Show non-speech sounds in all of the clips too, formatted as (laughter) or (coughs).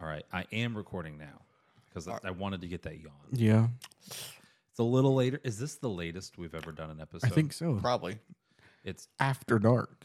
right, I am recording now because I wanted to get that yawn. Yeah, It's a little later. Is this the latest we've ever done an episode? I think so. Probably. It's After dark.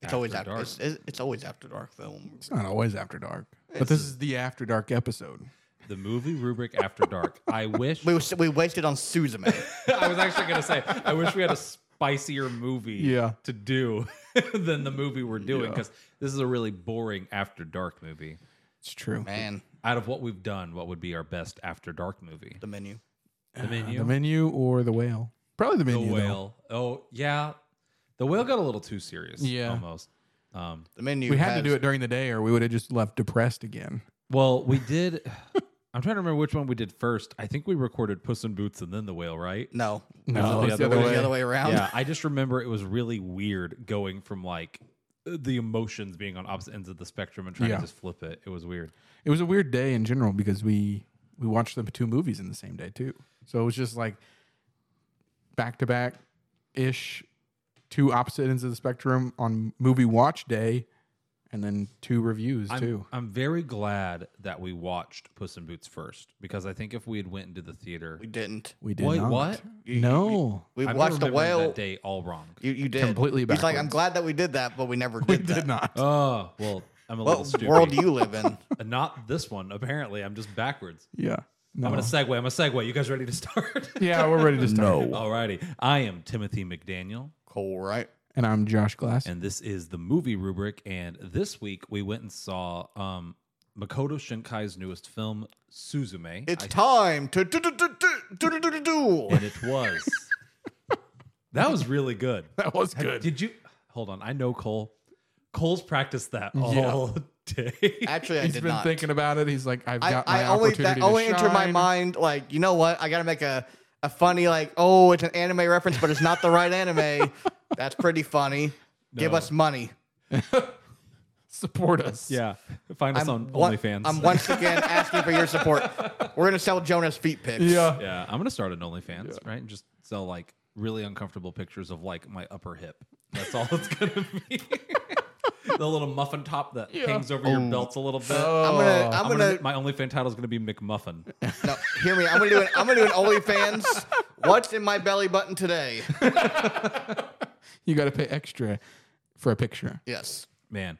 It's always After after. dark. It's, it's, it's always after dark though. It's not always after dark, but this is the after dark episode. the movie rubric after (laughs) dark. I wish We was- we wasted on Suzume. I was actually gonna say I wish we had a spicier movie Yeah. to do (laughs) than the movie we're doing because this is a really boring after dark movie. It's true. Man, Out of what we've done, what would be our best after dark movie? the menu. The menu, The menu or the whale? Probably the the menu. though. whale. Oh yeah, the whale got a little too serious. Yeah. almost. Um, The menu. We had to has- do it during the day, or we would have just left depressed again. well, we did. (sighs) I'm trying to remember which one we did first. I think we recorded Puss in Boots and then the whale, right? No, No, it's the it other was the other way around. Yeah, I just remember it was really weird going from like the emotions being on opposite ends of the spectrum and trying Yeah. to just flip it. It was weird. It was a weird day in general because we we watched the two movies in the same day too. So it was just like back to back ish, two opposite ends of the spectrum on movie watch day, and then two reviews I'm, too. I'm very glad that we watched Puss in Boots first because I think if we had went into the theater, We didn't. We did Wait, not. what? No, We I watched the remember remembering whale. that day all wrong. You, you did Completely He's like, I'm backwards. glad that we did that, but we never (laughs) did we that. did (laughs) not. Oh well, I'm a little What stupid. Uh, world do you live in? (laughs) Not this one. Apparently, I'm just backwards. Yeah, no. I'm gonna segue. I'm a segue. You guys ready to start? (laughs) (laughs) yeah, we're ready to start. Alrighty. I am Timothy McDaniel. Cool, right? And I'm Josh Glass. and this is the movie rubric. And this week we went and saw um, Makoto Shinkai's newest film, Suzume. It's time to do do do do do do do do. and it was (laughs) that was really good. that was good. Did you hold on? I know Cole. Cole's practiced that all (laughs) day. Actually, I He's did been not. thinking about it. He's like, I've I, got my I only opportunity that to only entered my shine. mind like you know what? I gotta make a a funny like oh it's an anime reference, but it's not the right anime. That's pretty funny. Give No. us money. Support us. yeah, find us on One- OnlyFans. I'm once again asking for your support. We're gonna sell Jonas feet pics. Yeah. yeah, I'm gonna start an OnlyFans, right? And just sell like really uncomfortable pictures of like my upper hip. That's all it's gonna be. (laughs) the little muffin top that hangs over Oh. your belts a little bit. Uh, I'm gonna I'm, I'm gonna, gonna, my OnlyFans title is gonna be McMuffin. (laughs) no, hear me. I'm gonna do an I'm gonna do an OnlyFans. What's in my belly button today? You got to pay extra for a picture. Yes. Man,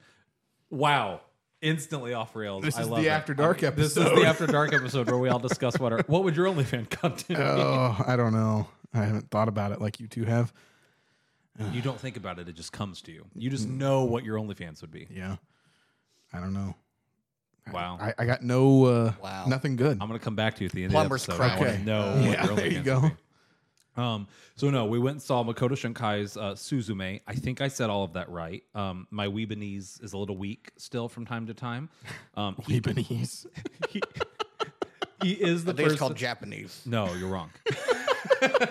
wow! Instantly off rails. This I is love the it. After Dark This episode. is the After Dark episode where we all discuss what our what would your OnlyFans content. be? Oh, I don't know. I haven't thought about it like you two have. you don't think about it; it just comes to you. You Mm. just know what your OnlyFans would be. Yeah. I don't know. Wow! I, I, I got no, uh, Wow. nothing good. (laughs) am gonna come back to you at the end Plumber's of the episode. I wanna crack. know what (laughs) yeah, your there you OnlyFans go. would be. Um, so no, we went and saw Makoto Shinkai's uh, Suzume. I think I said all of that right. Um, my Weebanese is a little weak still from time to time. Um, (laughs) he, Lebanese. (laughs) he, he is the I think person. it's called Japanese. no, you're wrong. (laughs)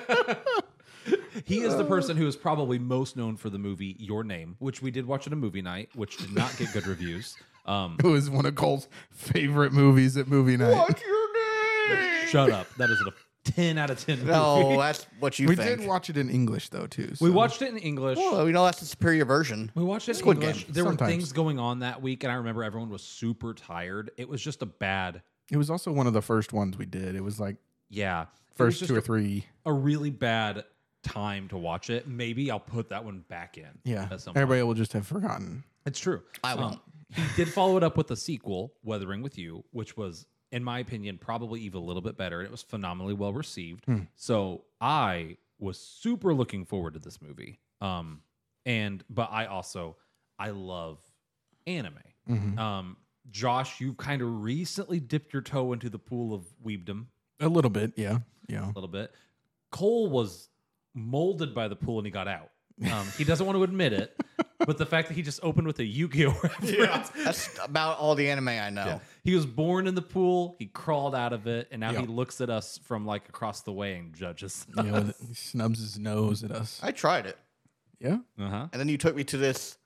he is the person who is probably most known for the movie Your Name, which we did watch at a movie night, which did not get good reviews. Um, Who is one of Cole's favorite movies at movie night. your name? shut up. That is a ten out of ten. Movie. No, that's what you We think. did watch it in English, though, too. we so- watched it in English. Well, you know that's the superior version. We watched it in Squid English. Game, There were sometimes. things going on that week, and I remember everyone was super tired. It was just a bad, It was also one of the first ones we did. It was like yeah, It was first just two or a- three. a really bad time to watch it. Maybe I'll put that one back in. Yeah. at some point. Everybody will just have forgotten. It's true. I Um, won't. he did follow it up with a sequel, Weathering with You, which was, in my opinion, probably even a little bit better. It was phenomenally well received. So I was super looking forward to this movie. Um, and but I also I love anime. Mm-hmm. Um, Josh, you've kind of recently dipped your toe into the pool of weebdom A little bit. Yeah. Yeah. a little bit. Cole was molded by the pool and he got out. Um, he doesn't want to admit it, but the fact that he just opened with a Yu-Gi-Oh (laughs) reference. That's about all the anime I know. He was born in the pool, he crawled out of it, and now he Yeah. looks at us from like across the way and judges. You know, he snubs his nose at us. I tried it, Yeah. (laughs) Uh-huh. and then you took me to this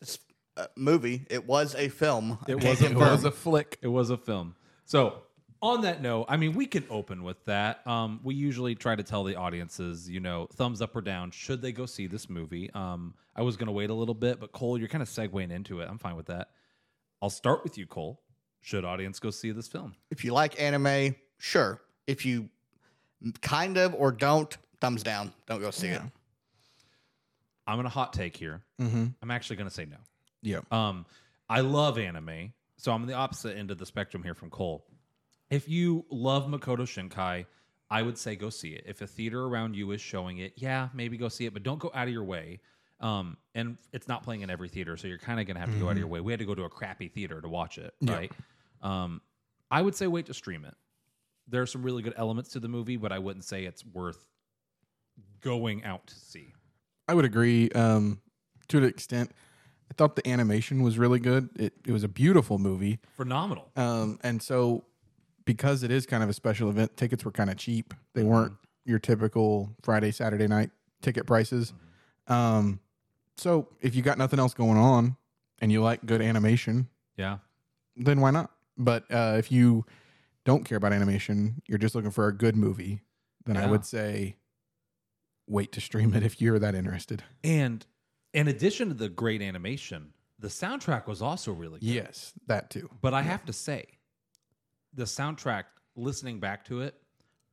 this uh, movie. It was a film. I It was can't a- it It confirm. was a flick. It was a film. So on that note, I mean, we can open with that. Um, we usually try to tell the audiences, you know, thumbs up or down, should they go see this movie? Um, I was going to wait a little bit, but Cole, you're kind of segueing into it. I'm fine with that. I'll start with you, Cole. should audience go see this film? If you like anime, sure. If you kind of or don't, thumbs down. Don't go see it. Yeah. I'm gonna hot take here. Mm-hmm. I'm actually gonna say no. Yeah. Um, I love anime, so I'm on the opposite end of the spectrum here from Cole. If you love Makoto Shinkai, I would say go see it. If a theater around you is showing it, yeah, maybe go see it, but don't go out of your way. Um, and it's not playing in every theater, so you're kind of gonna have to go out of your way. We had to go to a crappy theater to watch it, Yeah. right? Um, I would say wait to stream it. There are some really good elements to the movie, but I wouldn't say it's worth going out to see. I would agree um, to an extent. I thought the animation was really good. It, it was a beautiful movie. Phenomenal. Um, and so, because it is kind of a special event, tickets were kind of cheap. They weren't your typical Friday, Saturday night ticket prices. Um, so, if you got nothing else going on and you like good animation, Yeah. then why not? But uh, if you don't care about animation, you're just looking for a good movie, then I Yeah. would say wait to stream it if you're that interested. And in addition to the great animation, the soundtrack was also really good. Yes, that too. But I have to say, the soundtrack, listening back to it,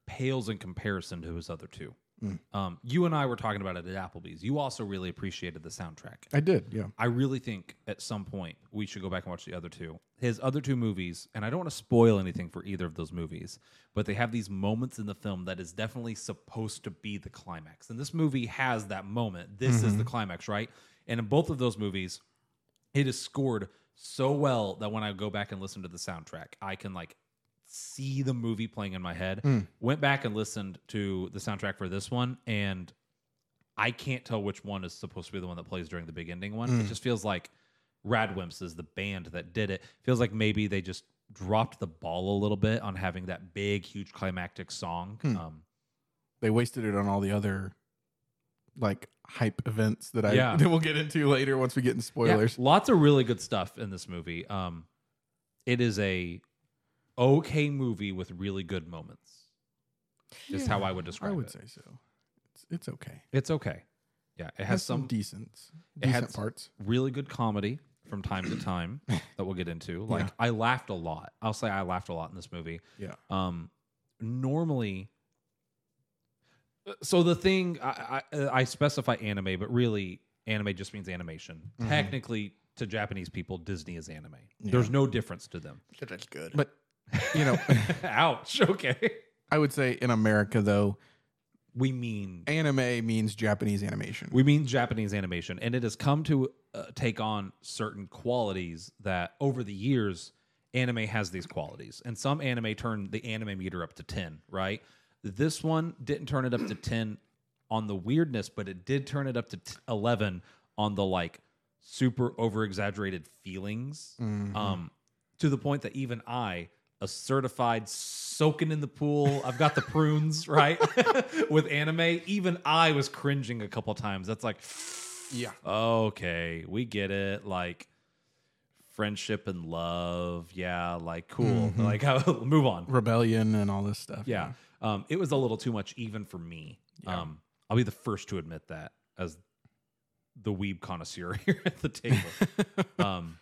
pales in comparison to his other two. Mm. Um, you and I were talking about it at Applebee's. You also really appreciated the soundtrack. I did. Yeah. I really think at some point we should go back and watch the other two. His other two movies, and I don't want to spoil anything for either of those movies, but they have these moments in the film that is definitely supposed to be the climax. And this movie has that moment. This is the climax, right? And in both of those movies, it is scored so well that when I go back and listen to the soundtrack, I can like see the movie playing in my head. Went back and listened to the soundtrack for this one, and I can't tell which one is supposed to be the one that plays during the big ending one. It just feels like Radwimps is the band that did it. Feels like maybe they just dropped the ball a little bit on having that big, huge climactic song. Um, They wasted it on all the other like hype events that I Yeah. (laughs) that we'll get into later once we get in spoilers. Yeah, lots of really good stuff in this movie. Um, it is a okay movie with really good moments. Is how I would describe I would it. say so. It's, it's okay. It's okay. Yeah, it It has some decent it had decent s- parts. really good comedy from time to time that we'll get into. Like I laughed a lot. I'll say I laughed a lot in this movie. Yeah. Um, normally, uh, so the thing I, I, I specify anime, but really anime just means animation. Mhm. Technically, to Japanese people, Disney is anime. Yeah. There's no difference to (laughs) them. Shit, That's good. But (laughs) you know, Ouch. Okay. I would say in America though, We mean anime means Japanese animation. We mean Japanese animation, and it has come to uh, take on certain qualities that over the years, anime has these qualities. And some anime turn the anime meter up to 10, right? This one didn't turn it up to 10 on the weirdness, but it did turn it up to t- 11 on the like super over exaggerated feelings. Mhm. Um, to the point that even I, a certified soaking in the pool, I've got the prunes (laughs) right with anime. Even I was cringing a couple times. That's like, yeah. okay, we get it. Like friendship and love, yeah. Like cool. Mhm. Like (laughs) move on. Rebellion and all this stuff. Yeah. Um, it was a little too much even for me. Yeah. Um, I'll be the first to admit that as the weeb connoisseur (laughs) here at the table. um,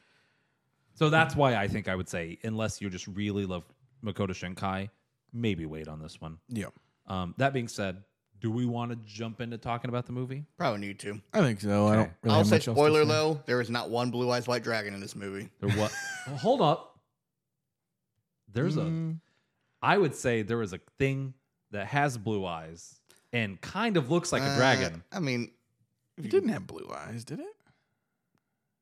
so that's why I think I would say, unless you just really love Makoto Shinkai, maybe wait on this one. Yeah. Um, that being said, do we want to jump into talking about the movie? Probably need to. I think so. I don't really I'll have say much else to spoiler say. though, there is not one blue eyes white dragon in this movie. There what? hold up. There's a. Mm, I would say there is a thing that has blue eyes and kind of looks like a Uh, dragon. I mean, it didn't have blue eyes, did it?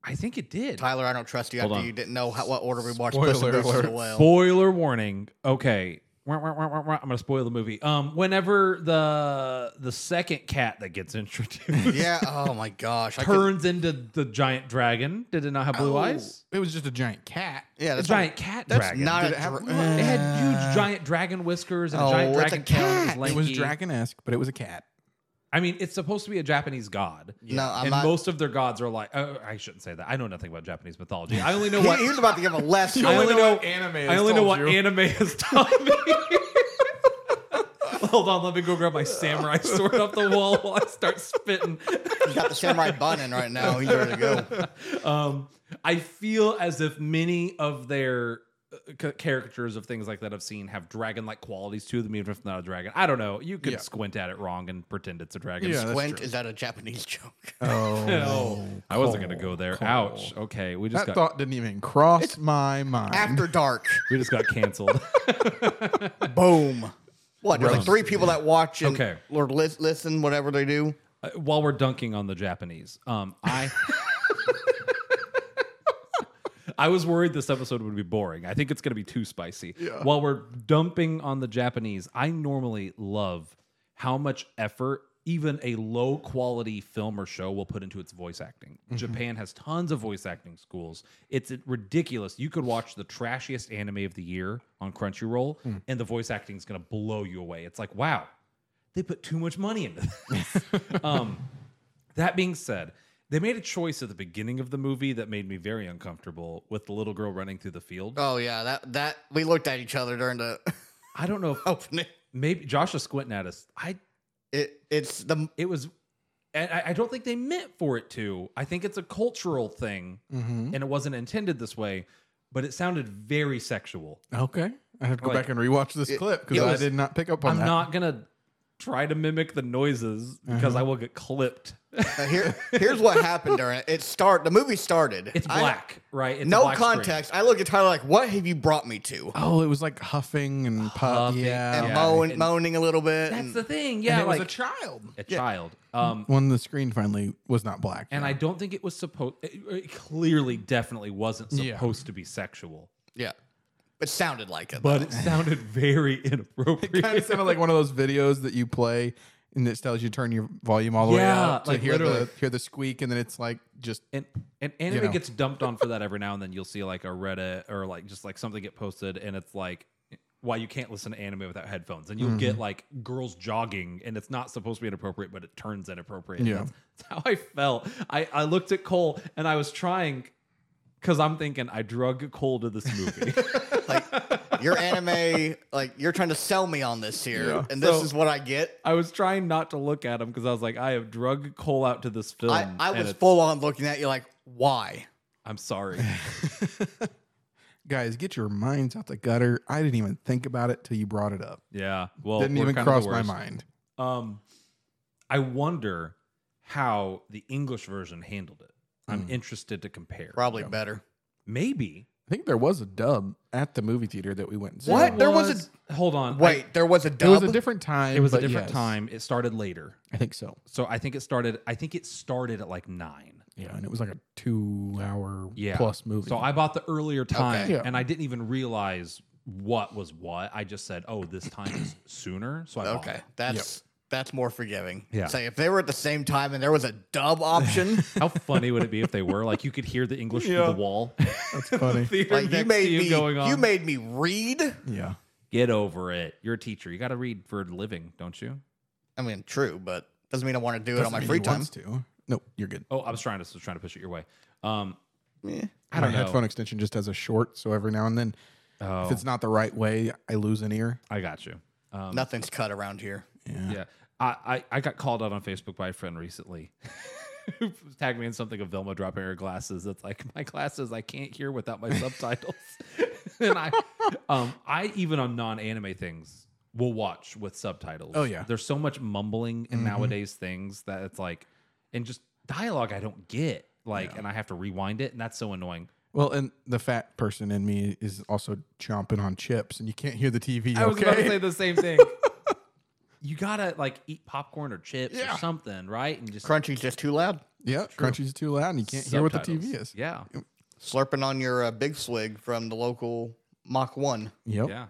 I think it did. Tyler, I don't trust you Hold after on. you didn't know how, what order we watched Spoiler Puss in Boots alert. so well. Spoiler warning. Okay. Wah, wah, wah, wah, wah. I'm gonna spoil the movie. Um, whenever the the second cat that gets introduced yeah. Oh my gosh. (laughs) I could- turns into the giant dragon, did it not have blue Oh. eyes? It was just a giant cat. yeah. A That's giant cat Not, that's dragon. not Did a it have dra- blue eyes? it had huge giant dragon whiskers and a Oh, giant it's a dragon tail. and it was cat. It was lanky. dragon esque, but it was a cat. I mean, it's supposed to be a Japanese god. No, I'm and not. most of their gods are like. Oh, I shouldn't say that. I know nothing about Japanese mythology. I (laughs) only know He- what he was about to give (laughs) a lesson. I only know what anime I has only know told what you. anime has taught me. (laughs) Hold on, let me go grab my samurai sword off the wall while I start spitting. He's got the samurai bun in right now. He's ready to go. Um, I feel as if many of their uh, ca- caricatures of things like that I've seen have dragon like qualities to them, even if not a dragon. I don't know. You could Yeah. squint at it wrong and pretend it's a dragon. Yeah, that's Squint true. is that a Japanese joke? (laughs) Oh, I wasn't gonna go there. Cole. Ouch. Okay, we just That got thought didn't even cross my mind. After dark. we just got (laughs) canceled. Boom. What? There's like three people that watch and Okay. or lis- listen, whatever they do. Uh, While we're dunking on the Japanese, um, I (laughs) I was worried this episode would be boring. I think it's gonna be too spicy. While we're dumping on the Japanese, I normally love how much effort even a low quality film or show will put into its voice acting. Japan has tons of voice acting schools. It's ridiculous. You could watch the trashiest anime of the year on Crunchyroll, and the voice acting is going to blow you away. It's like, wow, they put too much money into (laughs) this. um, that being said, they made a choice at the beginning of the movie that made me very uncomfortable with the little girl running through the field. Oh yeah, that that we looked at each other during the (laughs) I don't know if Oh. opening. maybe Josh is squinting at us. I It it's the it was and I, I don't think they meant for it to. I think it's a cultural thing Mhm. and it wasn't intended this way, but it sounded very sexual. Okay, I have to go Like, back and rewatch this clip because it I was- did not pick up on I'm that. not gonna try to mimic the noises Mm-hmm. because I will get clipped. (laughs) uh, here. Here's what happened during it. It start the movie started. It's I- black, right? It's a no black screen. context. I look at Tyler like, what have you brought me to? oh, it was like huffing and puff. Huffing Yeah, And yeah. moaning, and- moaning a little bit. That's and- the thing, And yeah. it like was a child. a child. Um, When the screen finally was not black, (laughs) and I don't think it was supposed. It, it clearly, definitely wasn't Yeah. supposed to be sexual, yeah, it sounded like it. but though. it sounded (laughs) very inappropriate. kind of sounded like one of those videos that you play and it tells you to turn your volume all the way Yeah, up to like hear the literally. hear the squeak, and then it's like just (laughs) and and anime know. gets dumped on for that every now and then. You'll see like a Reddit or like just like something get posted, and it's like why you can't listen to anime without headphones, and you'll get Mm-hmm. like girls jogging, and it's not supposed to be inappropriate, but it turns inappropriate. Yeah. that's, that's (laughs) how I felt. I I looked at Cole, and I was trying. Cause I'm thinking I drug Cole to this (laughs) movie. (laughs) your anime, like you're trying to sell me on this here, Yeah. and this So- is what I get. I was trying not to look at him because I was like, I have drug Cole out to this film. I, I and was it's- full on looking at you like, why? I'm sorry. (laughs) guys get your minds out the gutter. I didn't even think about it till you brought it up. Yeah. Well, Didn't we're even kind of cross the my worst. mind. Um, I wonder how the English version handled it. I'm Hmm. interested to compare. Probably better. Maybe. I think there was a dub at the movie theater that we went. and saw. What? There was a a- hold on. Wait, there was a It dub. was a different time. I- it was a but different yes, time. It started later. I think so. So I think it started. I think it started at like nine. Yeah, and it was like a two-hour Yeah. plus movie. So I bought the earlier time, Okay. Yeah. and I didn't even realize what was what. I just said, "Oh, this time is sooner." So I bought okay, it. that's that's more forgiving. Oh, Yeah. Say if they were at the same time and there was a dub (laughs) option, How funny would it be if they were like you could hear the English Yeah. through the (laughs) wall? (laughs) that's (laughs) funny. Theater like you next made to you me, going on. you made me read. yeah, Get over it. You're a teacher. You got to read for a living, don't you? I mean, true, but doesn't mean I want to do it Doesn't on my mean free he time. wants to. No, you're good. Oh, I was trying to was trying to push it your way. Um, Eh. I don't my know. headphone extension just has a short, so every now and then, Oh, if it's not the right way, I lose an ear. I got you. Um, Nothing's cut around here. Yeah. yeah, I, I I got called out on Facebook by a friend recently. (laughs) Who tagged me in something of Velma dropping her glasses. That's like my glasses. I can't hear without my subtitles. (laughs) and I, um, I even on non-anime things will watch with subtitles. Oh, yeah. Mm-hmm. there's so much mumbling in nowadays things that it's like, and just dialogue I don't get. Like, and I have to rewind it, and that's so annoying. Well, and the fat person in me is also chomping on chips, and you can't hear the TV. I was okay? about to say the same (laughs) thing. you gotta like eat popcorn or chips Yeah. or something, right? And just Crunchy's just too loud. yeah, crunchy's too loud, and you can't hear what the subtitles. TV is. Yeah, Slurping on your uh, big swig from the local Mach One. Yep. yeah.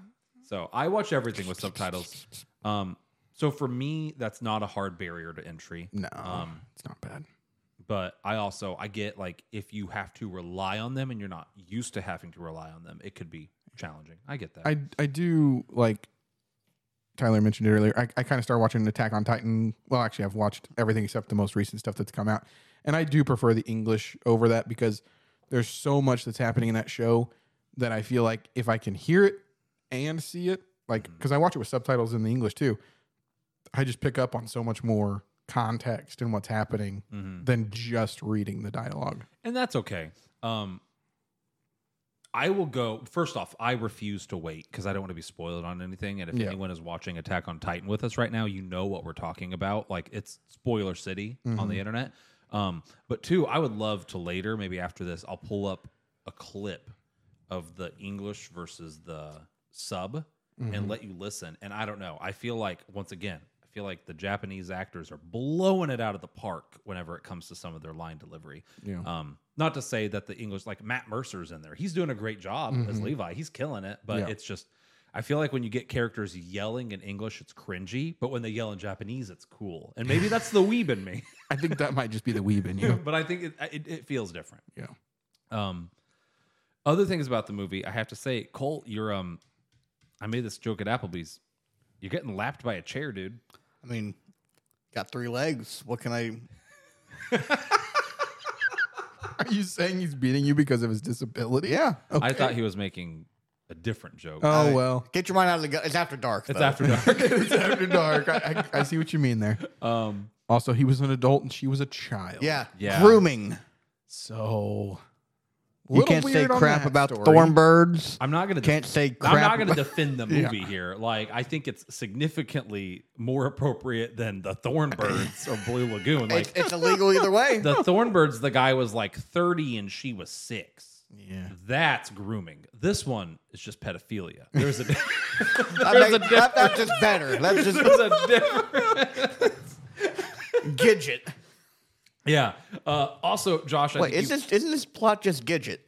So I watch everything with subtitles. Um, so for me, that's not a hard barrier to entry. No, Um, it's not bad. but I also I get like if you have to rely on them and you're not used to having to rely on them, it could be challenging. I get that. I I do like Tyler mentioned it earlier. I, I kind of started watching Attack on Titan. Well, actually, I've watched everything except the most recent stuff that's come out, and I do prefer the English over that because there's so much that's happening in that show that I feel like if I can hear it and see it, like because I watch it with subtitles in the English too, I just pick up on so much more context and what's happening Mm-hmm. than just reading the dialogue. and that's okay. Um, I- I will go first off. I refuse to wait because I don't want to be spoiled on anything. And if Yeah. anyone is watching Attack on Titan with us right now, you know what we're talking about. Like it's spoiler city on the internet. Um, but two, I would love to later, maybe after this, I'll pull up a clip of the English versus the sub and let you listen. And I don't know. I feel like once again, I feel like the Japanese actors are blowing it out of the park whenever it comes to some of their line delivery. Yeah. Um, not to say that the English, like Matt Mercer's in there, he's doing a great job as Levi. He's killing it, but Mm-hmm. Yeah. it's just, I feel like when you get characters yelling in English, it's cringy, but when they yell in Japanese, it's cool. And maybe that's the weeb in me, (laughs) I think that might just be the weeb in you. but I think it, it, it feels different. Yeah. Um, other things about the movie, I have to say, Colt, you're um, I made this joke at Applebee's. You're getting lapped by a chair, dude. I mean, got three legs. What can I? Are you saying he's beating you because of his disability? Yeah. I thought he was making a different joke. Oh well. Get your mind out of the gut. It's after dark. it's though. after dark. (laughs) it's after dark. I, I, I see what you mean there. (laughs) um, Also, he was an adult and she was a child. Yeah. Yeah. Grooming. So You can't say crap about thorn birds. I'm not gonna Can't say crap. I'm not going to (laughs) about- defend the movie here. Like, I think it's significantly more appropriate than the Thornbirds or Blue Lagoon. (laughs) It's, Like, it's illegal either way. the Thornbirds, the guy was like 30 and she was six. Yeah. That's grooming. This one is just (laughs) pedophilia. There's a, (laughs) there's I a mean, that- that's just better. That's just (laughs) there's a difference. Gidget. Yeah. Uh, also, Josh, I Wait, think is you- this isn't this plot just Gidget?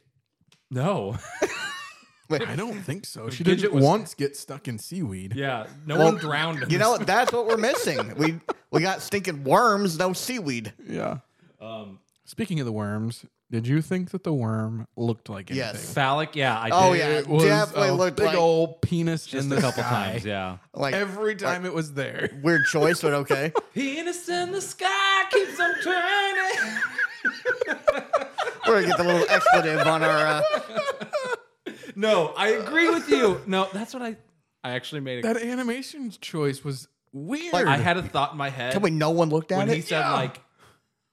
no. (laughs) Wait, I don't think so. Gidget She did not was- once get stuck in seaweed. Yeah. No Well, one drowned. In you know this. what? That's what we're missing. We we got stinking worms, no seaweed. Yeah. Um, Speaking of the worms, did you think that the worm looked like anything? Yes. phallic. Yeah, I did. Oh, yeah. It was Definitely a looked big like- old penis Just in a the couple sky. times. Yeah. Like Every time it was there. weird choice, but okay. Penis in the sky keeps on turning. (laughs) We're gonna get the little expletive on our. Uh, No, I agree with you. No, that's what I. I actually made. A, That animation choice was weird. I had a thought in my head tell me, no one looked at when it. he said yeah. like,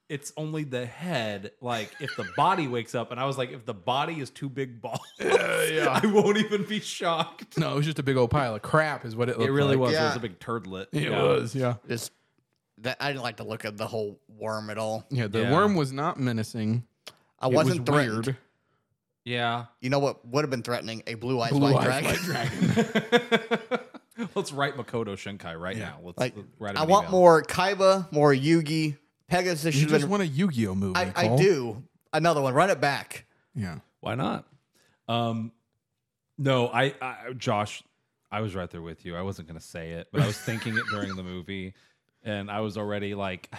"It's only the head." Like if the body wakes up, and I was like, "If the body is too big balls, (laughs) yeah. I won't even be shocked." no, it was just a big old pile of crap, is what it looked It really like. was. It Yeah. was a big turdlet. It Yeah. was, yeah. Just that I didn't like to look at the whole worm at all. Yeah, the Yeah. worm was not menacing. I It wasn't was threatened. weird. (laughs) Yeah. You know what would have been threatening? A blue eyes Blue white eyes, dragon. white (laughs) dragon. Let's write Makoto Shinkai right Yeah. now. Let's Like, let's write. him I an want email. more Kaiba, more Yugi. Pegasus you should just have been. want a Yu-Gi-Oh movie. I, I Cole. do. Another one. Run it back. Yeah. (laughs) Why not? Um, no, I, I, Josh, I was right there with you. I wasn't gonna say it, but I was thinking it during the movie, and I was already like,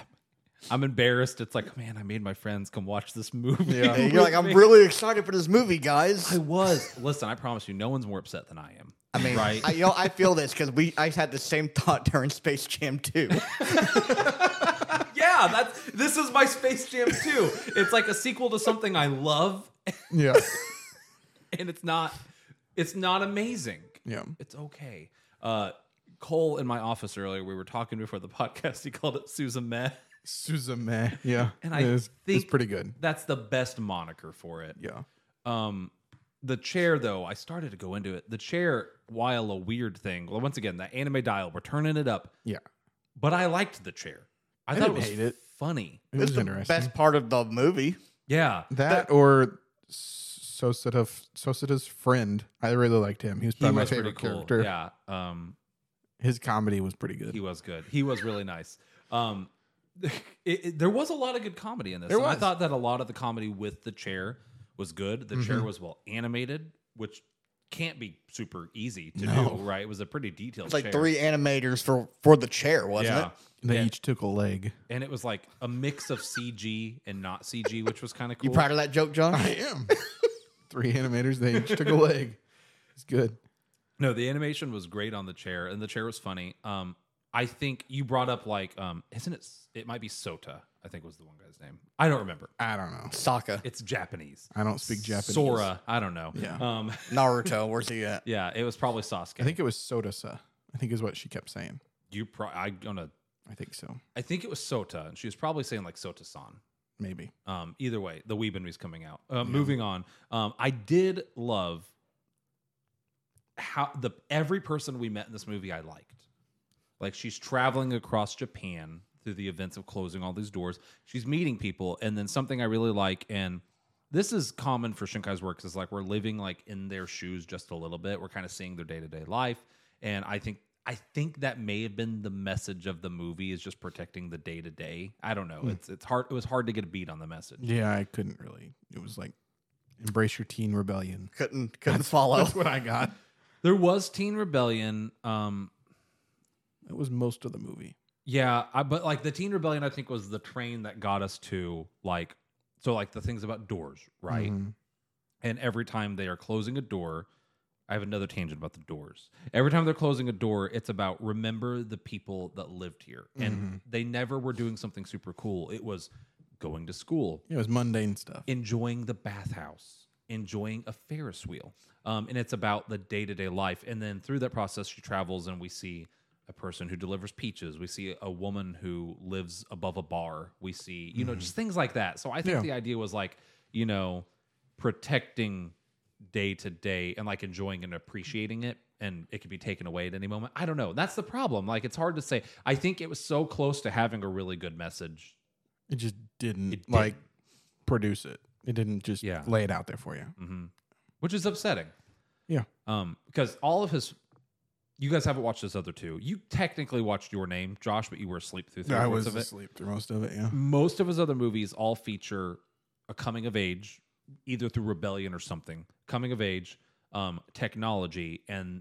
I'm embarrassed. It's like, man, I made my friends come watch this movie. (laughs) Yeah. And with you're like, I'm me." really excited for this movie, guys. I was. Listen, I promise you, no one's more upset than I am. I mean, right? I, you know, I feel this because we I had the same (laughs) thought during Space Jam 2. yeah, that's this is my Space Jam too. It's like a sequel to something I love, (laughs) Yeah. and it's not, it's not amazing. yeah. It's okay. Uh, Cole in my office earlier, we were talking before the (laughs) podcast. He called it Susan Meh. Suzume. Yeah. And I it is, think- it's pretty good. That's the best moniker for it. Yeah. Um, the chair, though, I started to go into it. The chair, while a weird thing, well, once again, the anime dial, we're turning it up, Yeah. but I liked the chair. I, thought it didn't was hate it. funny. It It's was the interesting. best part of the movie. Yeah. that, or Sosita Sosita's friend. I really liked him. He was He probably my was pretty favorite cool. character. Yeah. Um, His comedy was pretty good. He was good. He was really nice. Um, (laughs) it, it- there was a lot of good comedy in this. There and I was. thought that a lot of the comedy with the chair was good. The Mm-hmm. chair was well animated, which can't be super easy to No. do, right? It was a pretty detailed It's like chair. three animators for for the chair, wasn't yeah. it? They Yeah. each took a leg. And it was like a mix of CG and not CG, which was kind of You cool. proud of that joke, John? I am. (laughs) Three animators. They each took a leg. It's good. No, the animation was great on the chair, and the chair was funny. Um, I think you brought up like, um, isn't it? It might be Sota. I think was the one guy's name. I don't remember. I don't know. Sokka, It's Japanese. I don't speak Japanese. Sora. I don't know. Yeah. Um, (laughs) Naruto, where's he at? Yeah, it was probably Sasuke. I think it was Sodasa. I think is what she kept saying. you pro- I gonna I think so. I think it was Sota, and she was probably saying like Sota-san. Maybe. Um, either way, the Wee movie's coming out. Uh, Moving on, um, I did love how the every person we met in this movie I liked. Like she's traveling across Japan through the events of closing all these doors. She's meeting people, and then something I really like, and this is common for Shinkai's works, is like we're living like in their shoes just a little bit. We're kind of seeing their day to day life, and I think I think that may have been the message of the movie is just protecting the day to day. I don't know. It's it's hard. It was hard to get a beat on the message. Yeah, I couldn't really. It was like embrace your teen (laughs) rebellion. Couldn't couldn't follow. That's what I got. There was Teen Rebellion. Um, That was most of the movie. Yeah, I, but like the Teen Rebellion, I think was the train that got us to like, so like the things about doors, right? Mhm. And every time they are closing a door, I have another tangent about the doors. Every time they're closing a door, it's about remember the people that lived here, and they never were doing something super cool. It was going to school, Yeah, it was mundane stuff. enjoying the bathhouse, enjoying a Ferris wheel. Um, and it's about the day to day life. And then through that process, she travels and we see a person who delivers peaches. We see a woman who lives above a bar. We see, you know, just things like that. So I think Mm-hmm. Yeah. the idea was like, you know, protecting day to day and like enjoying and appreciating it and it could be taken away at any moment. I don't know. That's the problem. Like it's hard to say. I think it was so close to having a really good message. It just didn't It didn't. like produce it. It didn't just Yeah. lay it out there for you. hmm which is upsetting. Yeah. Um, because all of his, you guys haven't watched this other two. You technically watched Your Name, Josh, but you were asleep through three I fourths was of it. Mm. asleep through most of it. Yeah. Most of his other movies all feature a coming of age, either through rebellion or something, coming of age, um, technology, and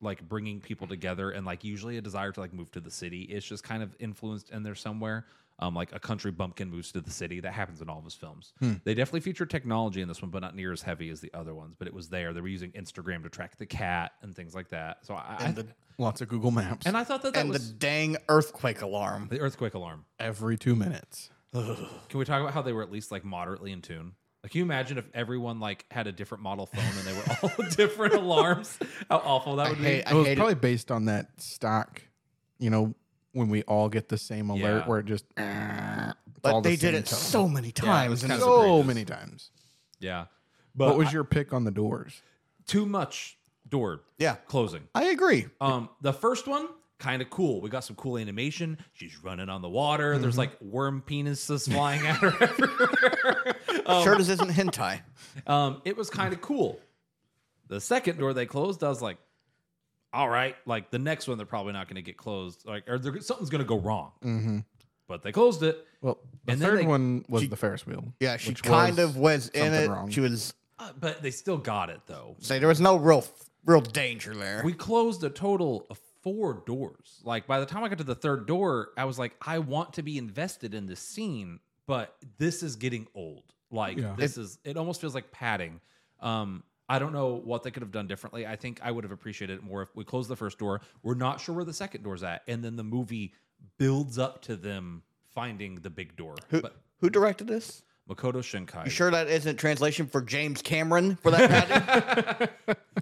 like bringing people together, and like usually a desire to like move to the city is just kind of influenced in there somewhere. Um, like a country bumpkin moves to the city. That happens in all of his films. Hmm. They definitely feature technology in this one, but not near as heavy as the other ones. But it was there. They were using Instagram to track the cat and things like that. So I, I And the Lots of Google Maps. and I thought that that and was the dang earthquake alarm. the earthquake alarm. every two minutes. Can we talk about how they were at least like moderately in tune? Like, can you imagine if everyone like had a different model phone and they were all (laughs) different alarms? How awful that I would hate, be! I it was hate probably based on that stock, you know, when we all get the same alert Yeah. where it just. But it. But they did it so many Yeah, it was times. and kind it's of a so egregious. many times. Yeah, but What was your pick on the doors? too much door Yeah. closing. I agree. Um, the first one kind of cool. We got some cool animation. She's running on the water. Mm-hmm. There's like worm penises flying (laughs) at her everywhere. (laughs) sure, this isn't hentai. Um, it was kind of cool. The second door they closed, I was like, all right, like the next one they're probably not going to get closed, like or they're- something's going to go wrong. But they closed it. Well, the And then third they- one was the Ferris wheel. (laughs) Yeah, she which kind of was in something it. wrong. She was Uh, but they still got it though. say there was no real real danger there. We closed a total of four doors. Like by the time I got to the third door, I was like, I want to be invested in this scene, but this is getting old. Like Yeah. this is it almost feels like padding. Um I don't know what they could have done differently. I think I would have appreciated it more if we closed the first door. We're not sure where the second door's at, and then the movie builds up to them finding the big door. but Who directed this? Makoto Shinkai, You sure that isn't translation for James Cameron for (laughs) that pattern?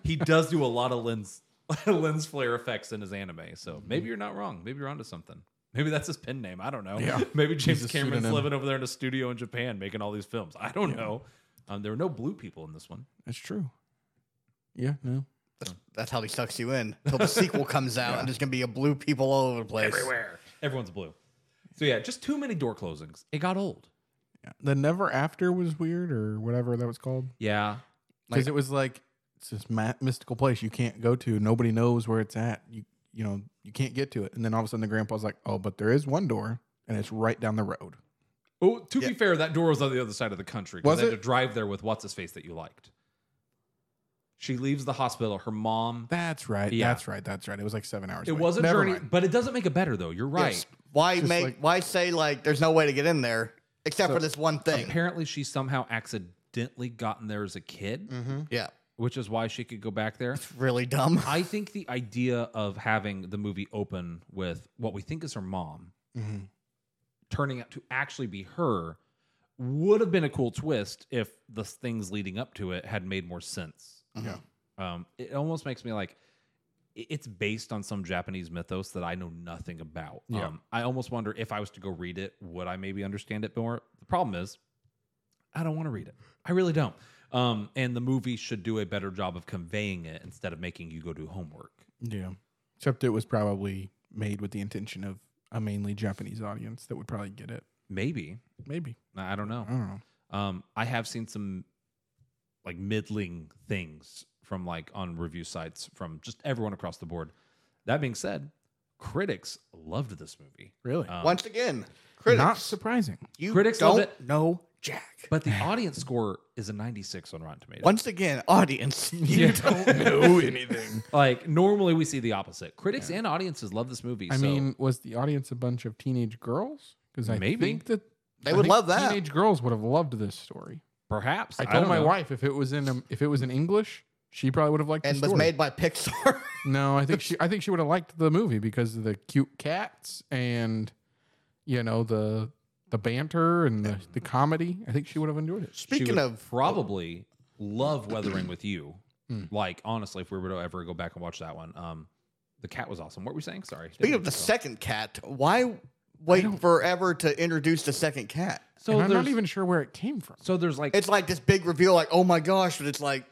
he does do a lot of lens (laughs) lens flare effects in his anime. So maybe you're not wrong. Maybe you're onto something. Maybe that's his pen name. I don't know. Yeah. (laughs) Maybe James a Cameron's pseudonym. living over there in a studio in Japan making all these films. I don't know. Um, there were no blue people in this one. That's true. Yeah, no. That's how he sucks you in. Till the sequel comes out and there's gonna be a blue people all over the place. Everyone's blue. So yeah, just too many door closings. It got old. Yeah. The Never After was weird or whatever that was called. Yeah. Because it was like, it's this ma- mystical place you can't go to. Nobody knows where it's at. You, you know, you can't get to it. And then all of a sudden the grandpa's like, oh, but there is one door and it's right down the road. Oh, to be fair, that door was on the other side of the country. 'cause Was they had it? to drive there with what's his face that you liked. She leaves the hospital. Her mom. That's right. Yeah. That's right. That's right. It was like seven hours. It away. was a Never journey, mind. but it doesn't make it better though. You're right. Yes. Why make like- why say like there's no way to get in there except for this one thing? apparently she somehow accidentally gotten there as a kid, Mm. yeah. which is why she could go back there. It's really dumb. I think the idea of having the movie open with what we think is her mom mm-hmm. turning out to actually be her would have been a cool twist if the things leading up to it had made more sense. Yeah. Um, it almost makes me like i- it's based on some Japanese mythos that I know nothing about. Yeah. Um, I almost wonder if I was to go read it, would I maybe understand it more? The problem is, I don't want to read it. I really don't. Um, and the movie should do a better job of conveying it instead of making you go do homework. Yeah. Except it was probably made with the intention of a mainly Japanese audience that would probably get it. Maybe Maybe. I I don't know. I don't know. Um, I have seen some like middling things from like on review sites from just everyone across the board. That being said, critics loved this movie. Really? Um, Once again, critics, Not surprising. you critics love don't it. know Jack. But the audience score is a 96 on Rotten Tomatoes. Once again, audience, (laughs) you (laughs) don't know anything. Like normally we see the opposite. Critics and audiences love this movie. I so mean, was the audience a bunch of teenage girls? Because I Maybe. think that They I would think love that. Teenage girls would have loved this story. perhaps I told don't my know. wife if it was in um, if it was in English, she probably would have liked. and the was story. made by Pixar. No, I think she I think she would have liked the movie because of the cute cats and you know the the banter and the, the comedy. I think she would have enjoyed it. she Speaking would of probably love Weathering with You. Hmm. Like honestly, if we were to ever go back and watch that one, um, the cat was awesome. What were we saying? Sorry. Speaking Didn't of the mean to- second cat, why wait forever to introduce the second cat? so and I'm there's not even sure where it came from. so there's like It's like this big reveal, like, oh my gosh, but it's like,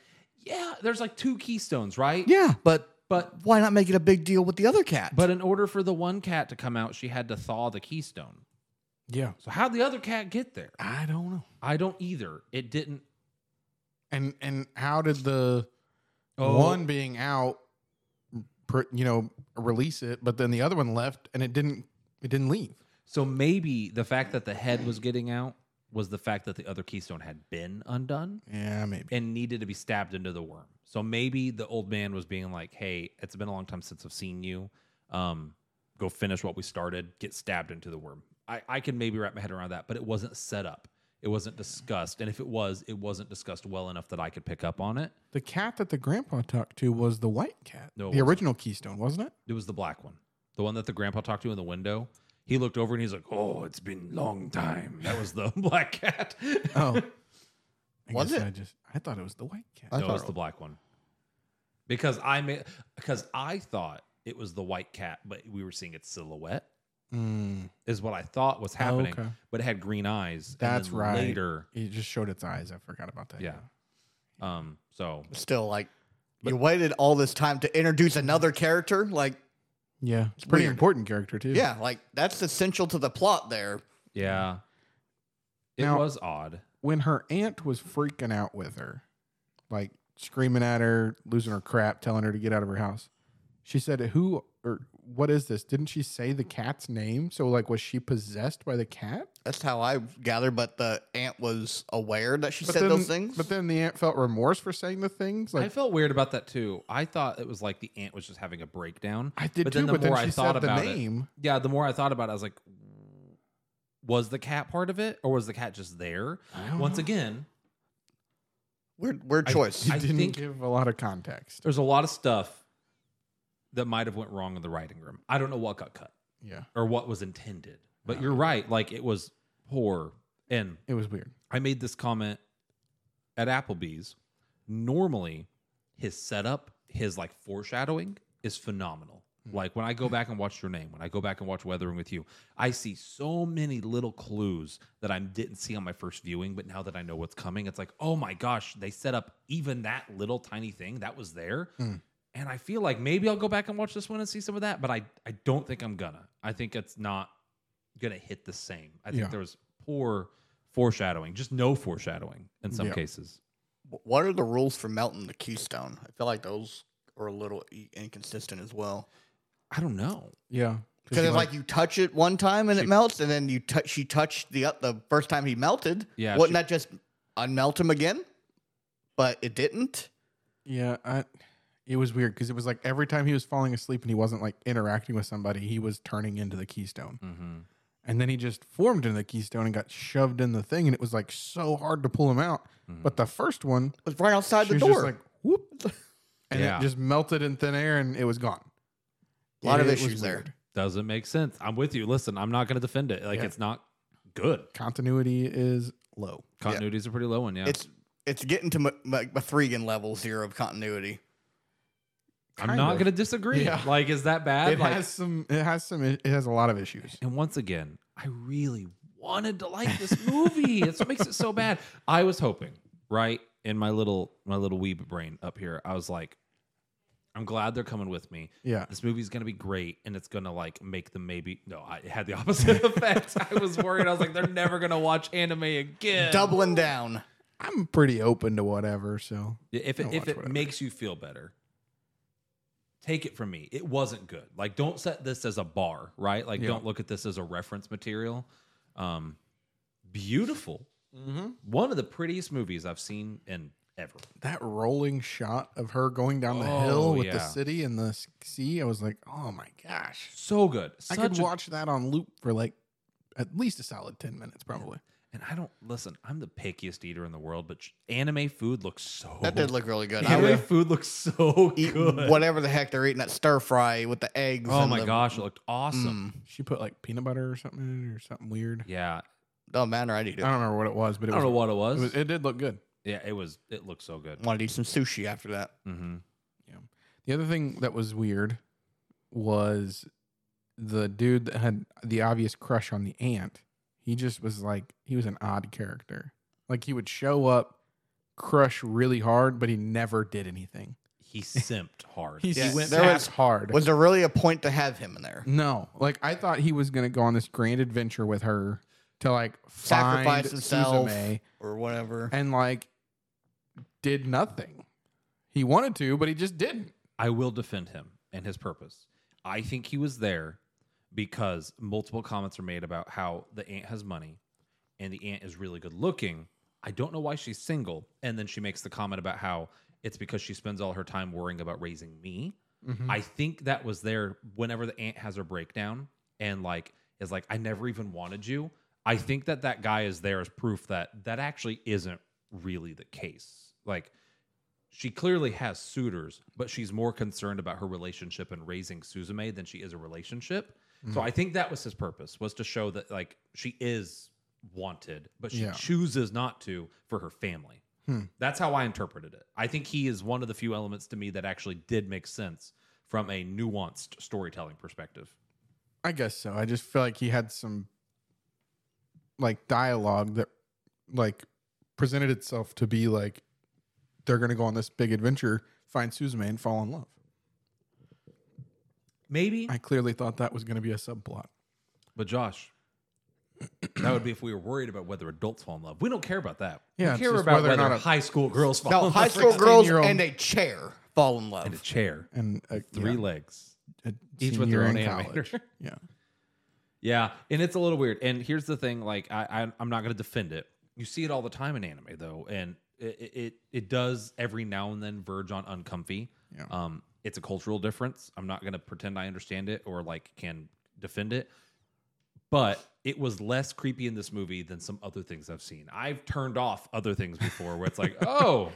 yeah, there's like two keystones, right? Yeah. but But why not make it a big deal with the other cat? but in order for the one cat to come out, she had to thaw the keystone. Yeah. So how'd the other cat get there? I don't know. I don't either. It didn't And and how did the Oh. one being out pr- you know release it but then the other one left and it didn't it didn't leave. So maybe the fact that the head was getting out was the fact that the other keystone had been undone Yeah, maybe. and needed to be stabbed into the worm. So maybe the old man was being like, "Hey, it's been a long time since I've seen you. Um, go finish what we started. Get stabbed into the worm." I, I can maybe wrap my head around that, but it wasn't set up. It wasn't discussed, and if it was, it wasn't discussed well enough that I could pick up on it. The cat that the grandpa talked to was the white cat. No, it the wasn't. original keystone, wasn't it? It was the black one, the one that the grandpa talked to in the window. He looked over and he's like, "Oh, it's been long time." That was the (laughs) black cat. Oh. (laughs) I Was guess it? I just I thought it was the white cat. I no, it's thought- the black one. Because I made because I thought it was the white cat, but we were seeing its silhouette Mm, is what I thought was happening. Oh, okay. But it had green eyes. and That's then right. Later, it just showed its eyes. I forgot about that. yeah. Um. So Still, like, you waited all this time to introduce another character? Like, Yeah. It's a pretty Weird. important character too. yeah, like, that's essential to the plot there. yeah, it Now- was odd. When her aunt was freaking out with her, like screaming at her, losing her crap, telling her to get out of her house. She said, Who or what is this? Didn't she say the cat's name? So like was she possessed by the cat? That's how I gathered, but the aunt was aware that she said then, those things. But then the aunt felt remorse for saying the things. I Like felt weird about that too. I thought it was like the ant was just having a breakdown. I, did but too, then the but then more she I thought said the about it- name. Yeah, the more I thought about it, I was like, was the cat part of it, or was the cat just there? I don't Once know. again, weird, weird I- choice. She I didn't think- give a lot of context. there's a lot of stuff that might have went wrong in the writing room. I don't know what got cut Yeah. or what was intended, but Yeah. you're right. Like it was poor. And It was weird. I made this comment at Applebee's. Normally, his setup, his like foreshadowing is phenomenal. Like when I go back and watch your name, when I go back and watch Weathering with You, I see so many little clues that I didn't see on my first viewing. But now that I know what's coming, it's like, oh my gosh, they set up even that little tiny thing that was there. Mm. And I feel like maybe I'll go back and watch this one and see some of that, but I, I don't think I'm gonna. I think it's not gonna hit the same. I think Yeah. there was poor foreshadowing, just no foreshadowing in some Yeah. cases. What are the rules for melting the keystone? I feel like those are a little i- inconsistent as well. I don't know. Yeah. Because it's like you touch it one time and She- it melts, and then you touch. She touched the oth- the first time he melted. Yeah, wouldn't she- that just unmelt him again? But it didn't. Yeah, I, it was weird because it was like every time he was falling asleep and he wasn't like interacting with somebody, he was turning into the keystone. Mm-hmm. And then he just formed into the keystone and got shoved in the thing, and it was like so hard to pull him out. Mm-hmm. But the first one, It was right outside she the was door. just like whoop, (laughs) and Yeah. it just melted in thin air and it was gone. Lot of It was issues there. weird. Doesn't make sense. I'm with you. Listen, I'm not going to defend it. Like Yeah. it's not good. Continuity is low. Continuity's a pretty low one. Yeah. it's it's getting to M- M- Mithrigan levels here of continuity. I'm Kind not of. going to disagree. Yeah. Like, is that bad? It like, has some. It has some. It has a lot of issues. And once again, I really wanted to like this movie. That's what makes it so bad. I was hoping, right, in my little my little weeb brain up here, I was like, I'm glad they're coming with me. Yeah. This movie's gonna be great, and it's gonna like make them maybe no. I, it had the (laughs) opposite effect. I was worried. I was like, they're never gonna watch anime again. Doubling down. I'm pretty open to whatever. So If it, I'll if watch it whatever. makes you feel better, take it from me. It wasn't good. Like, don't set this as a bar, right? Like, Yeah. don't look at this as a reference material. Um, beautiful. Mm-hmm. One of the prettiest movies I've seen in ever. that rolling shot of her going down the Oh, hill with the yeah. city and the s- sea, I was like, oh my gosh. So good. Such I could a- watch that on loop for like at least a solid 10 minutes, probably. and I don't listen. I'm the pickiest eater in the world, but sh- anime food looks so. That Uh-huh. did look (laughs) really good. I Anime would food looks so eat good. whatever the heck they're eating that stir fry with the eggs. Oh and my the- gosh, it looked awesome. She put like peanut butter or something in it or something Mm. weird. Yeah, Don't matter. I'd eat I it. don't remember what it was, but I it don't know was, what it was. it was. It did look good. yeah, it was. It looked so good. Want to eat some sushi after that? hmm The other thing that was weird was the dude that had the obvious crush on the aunt. He just was like he was an odd character. Like he would show up, crush really hard, but he never did anything. (laughs) He simped hard. He, Yeah, went there half was- hard. Was there really a point to have him in there? no, like I thought he was gonna go on this grand adventure with her to like find Sacrifice himself. Suzume Or whatever. and like did nothing. He wanted to, but he just didn't. I will defend him and his purpose. I think he was there because multiple comments are made about how the aunt has money and the aunt is really good looking. I don't know why she's single. And then she makes the comment about how it's because she spends all her time worrying about raising me. Mm-hmm. Mm-hmm. I think that was there whenever the aunt has her breakdown and like is like, I never even wanted you. I think that that guy is there as proof that that actually isn't really the case. Like, she clearly has suitors, but she's more concerned about her relationship and raising Suzume than she is a relationship. Mm. So I think that was his purpose was to show that like she is wanted, but she Yeah. chooses not to for her family. Hmm. That's how I interpreted it. I think he is one of the few elements to me that actually did make sense from a nuanced storytelling perspective. I guess so. I just feel like he had some like dialogue that like presented itself to be like they're gonna go on this big adventure, find Suzume and fall in love. Maybe, I clearly thought that was gonna be a subplot. but Josh, that would be if we were worried about whether adults fall in love. We don't care about that. Yeah, we it's care just about whether whether, or not a- high school girls fall No, in high love. (laughs) school girls 16-year-old and a chair fall in love. and a chair. And a, three yeah, legs, a each with their senior own in (laughs) animator. Yeah. yeah, and it's a little weird. And here's the thing: like, I, I I'm not going to defend it. You see it all the time in anime, though, and it, it it does every now and then verge on uncomfy. Yeah. Um, it's a cultural difference. I'm not going to pretend I understand it or like can defend it. But it was less creepy in this movie than some other things I've seen. I've turned off other things before where it's like, (laughs) oh,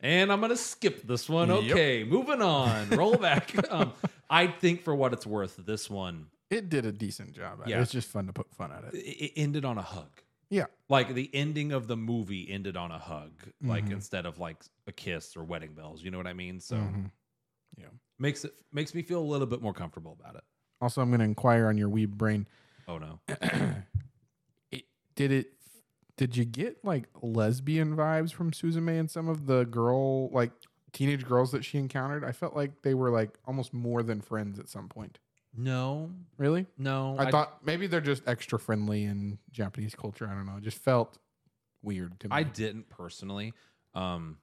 and I'm gonna skip this one. Yep. Okay, moving on. Roll (laughs) back. um, I think for what it's worth, this one It did a decent job. At it. Yeah. it was just fun to put fun at it, it. it ended on a hug. Yeah. Like the ending of the movie ended on a hug, like Mm-hmm. instead of like a kiss or wedding bells. You know what I mean? So Mhm. makes it makes me feel a little bit more comfortable about it. Also, I'm gonna inquire on your weeb brain. Oh no, it, did it did you get like lesbian vibes from Suzume and some of the girl like teenage girls that she encountered? I felt like they were like almost more than friends at some point. no, Really? no. I, thought maybe they're just extra friendly in Japanese culture. I don't know. It just felt weird to me. I didn't personally. Um,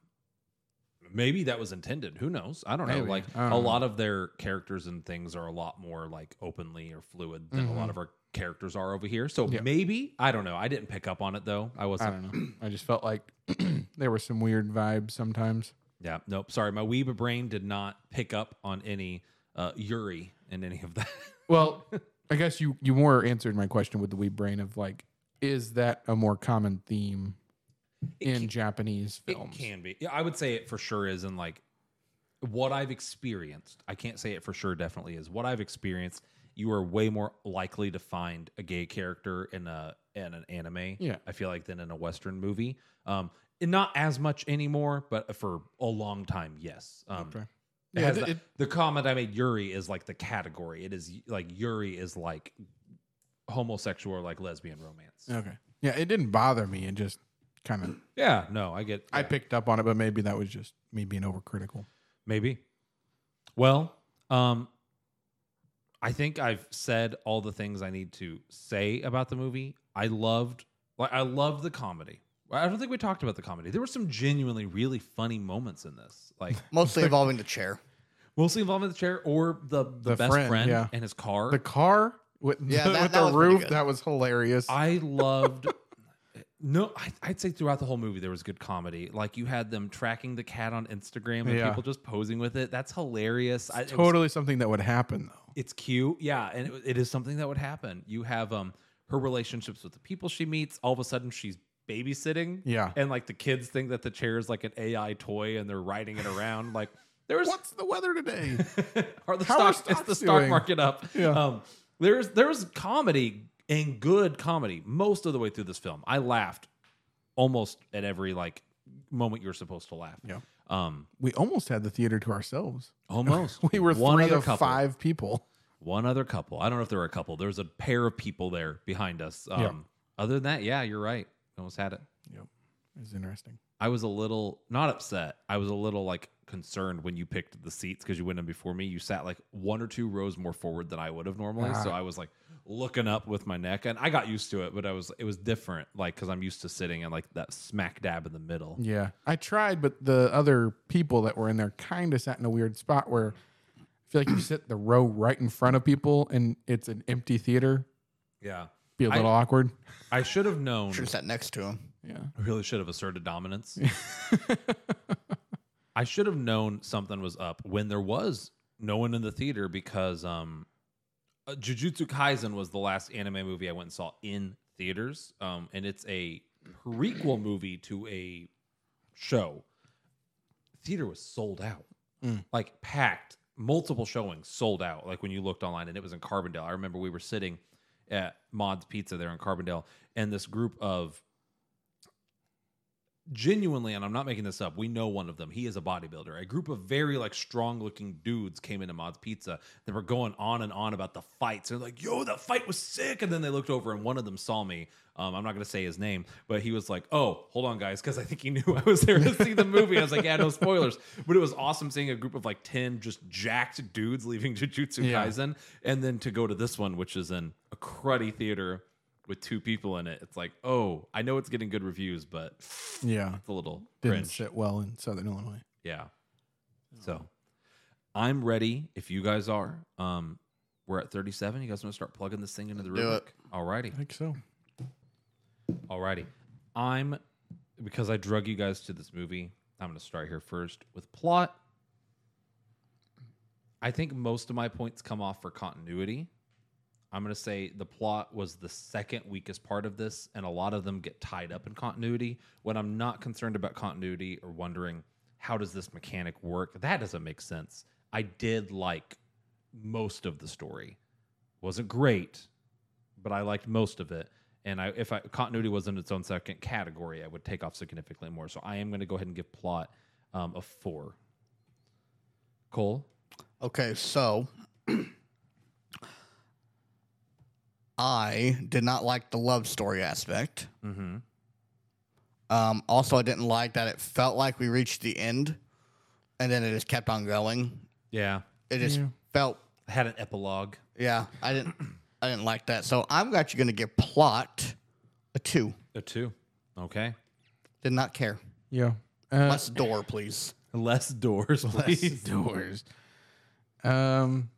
maybe that was intended. Who knows? I don't know. Maybe. Like I don't a know. lot of their characters and things are a lot more like openly or fluid than a lot of our characters are over here. So Mm-hmm. Yeah. maybe I don't know. I didn't pick up on it though. I I wasn't. don't know. I just felt like (clears throat) there were some weird vibes sometimes. yeah. Nope. Sorry. My weeba brain did not pick up on any uh, Yuri in any of that. Well, (laughs) I guess you you more answered my question with the weeb brain of like is that a more common theme in Japanese it films? can be. Yeah, I would say it for sure is in like what I've experienced. I can't say it for sure. Definitely is what I've experienced. You are way more likely to find a gay character in a in an anime. Yeah. I feel like than in a Western movie. Um, and not as much anymore, but for a long time, yes. Um, Okay. It Yeah, has it- that- it- the comment I made, Yuri is like the category. It is like Yuri is like homosexual or like lesbian romance. Yeah, Okay. Yeah, it didn't bother me. It just kind of no, I get. I yeah, picked up on it, but maybe that was just me being overcritical. maybe. Well, um, I think I've said all the things I need to say about the movie. I loved, like, I loved the comedy. I don't think we talked about the comedy. There were some genuinely really funny moments in this, (laughs) like Mostly involving the chair. mostly involved in the chair or the the, The best friend, friend, yeah. and his car. The car with, Yeah, the, (laughs) that- with that was the pretty roof, good. that was hilarious. I loved. (laughs) No, I, I'd say throughout the whole movie there was good comedy. Like you had them tracking the cat on Instagram and Yeah. people just posing with it. That's hilarious. I, it was- totally something that would happen though. it's cute, yeah, and it, it is something that would happen. You have um her relationships with the people she meets. All of a sudden, she's babysitting, Yeah. and like the kids think that the chair is like an AI toy and they're riding it around. Like there was What's the weather today? (laughs) or the How stock, are it's stocks the stock doing? market up. Yeah. Um, there's there's comedy and good comedy most of the way through this film. I laughed almost at every like moment you're supposed to laugh. Yeah. (laughs) Um, we almost had the theater to ourselves. almost. We were one three other of couple. five people. One other couple. I don't know if there were a couple. There was a pair of people there behind us. Um, Yeah. Other than that, yeah, you're right. Almost had it. Yep. It's interesting. I was a little not upset. I was a little like concerned when you picked the seats because you went in before me. You sat like one or two rows more forward than I would have normally. So I was like looking up with my neck, and I got used to it, but I was it was different, like because I'm used to sitting in like that smack dab in the middle. Yeah. I tried, but the other people that were in there kind of sat in a weird spot where I feel like you sit the row right in front of people and it's an empty theater. Yeah, Be a I- little awkward. I should have known. Should have sat next to him. Yeah. I really should have asserted dominance. I should have known something was up when there was no one in the theater because um, uh, Jujutsu Kaisen was the last anime movie I went and saw in theaters, um, and it's a prequel movie to a show. Theater was sold out, Mm. like packed, multiple showings sold out. Like when you looked online, and it was in Carbondale. I remember we were sitting at Mod's Pizza there in Carbondale, and this group of genuinely, and I'm not making this up, we know one of them. He is a bodybuilder. A group of very like strong looking dudes came into Mod's Pizza. They were going on and on about the fights. They're like, yo, that fight was sick. And then they looked over and one of them saw me. Um, I'm not going to say his name, but he was like, oh, hold on, guys, because I think he knew I was there to see the movie. I was like, yeah, no spoilers. But it was awesome seeing a group of like 10 just jacked dudes leaving Jujutsu Yeah. Kaisen. And then to go to this one, which is in a cruddy theater with two people in it, it's like, oh, I know it's getting good reviews, but Yeah. it's a little Didn't cringe. sit well in Southern Illinois. Yeah. So I'm ready if you guys are. Um, we're at 37. You guys want to start plugging this thing into the do rubric? All righty. I think so. All righty. I'm, because I drug you guys to this movie, I'm going to start here first with plot. I think most of my points come off for continuity. I'm going to say the plot was the second weakest part of this, and a lot of them get tied up in continuity. When I'm not concerned about continuity or wondering, how does this mechanic work? That doesn't make sense. I did like most of the story. Wasn't great, but I liked most of it. And I, if I, continuity wasn't its own second category, I would take off significantly more. So I am going to go ahead and give plot um, a four. Cole? Okay, so (clears throat) I did not like the love story aspect. Mm. Mm-hmm. Um, also, I didn't like that it felt like we reached the end, and then it just kept on going. Yeah. It just Yeah. felt, I had an epilogue. yeah. I didn't, I didn't like that. So I'm actually going to give plot a two. A two. Okay. Did not care. Yeah. Uh, Less door, please. Less (laughs) doors, please. (laughs) doors. Um,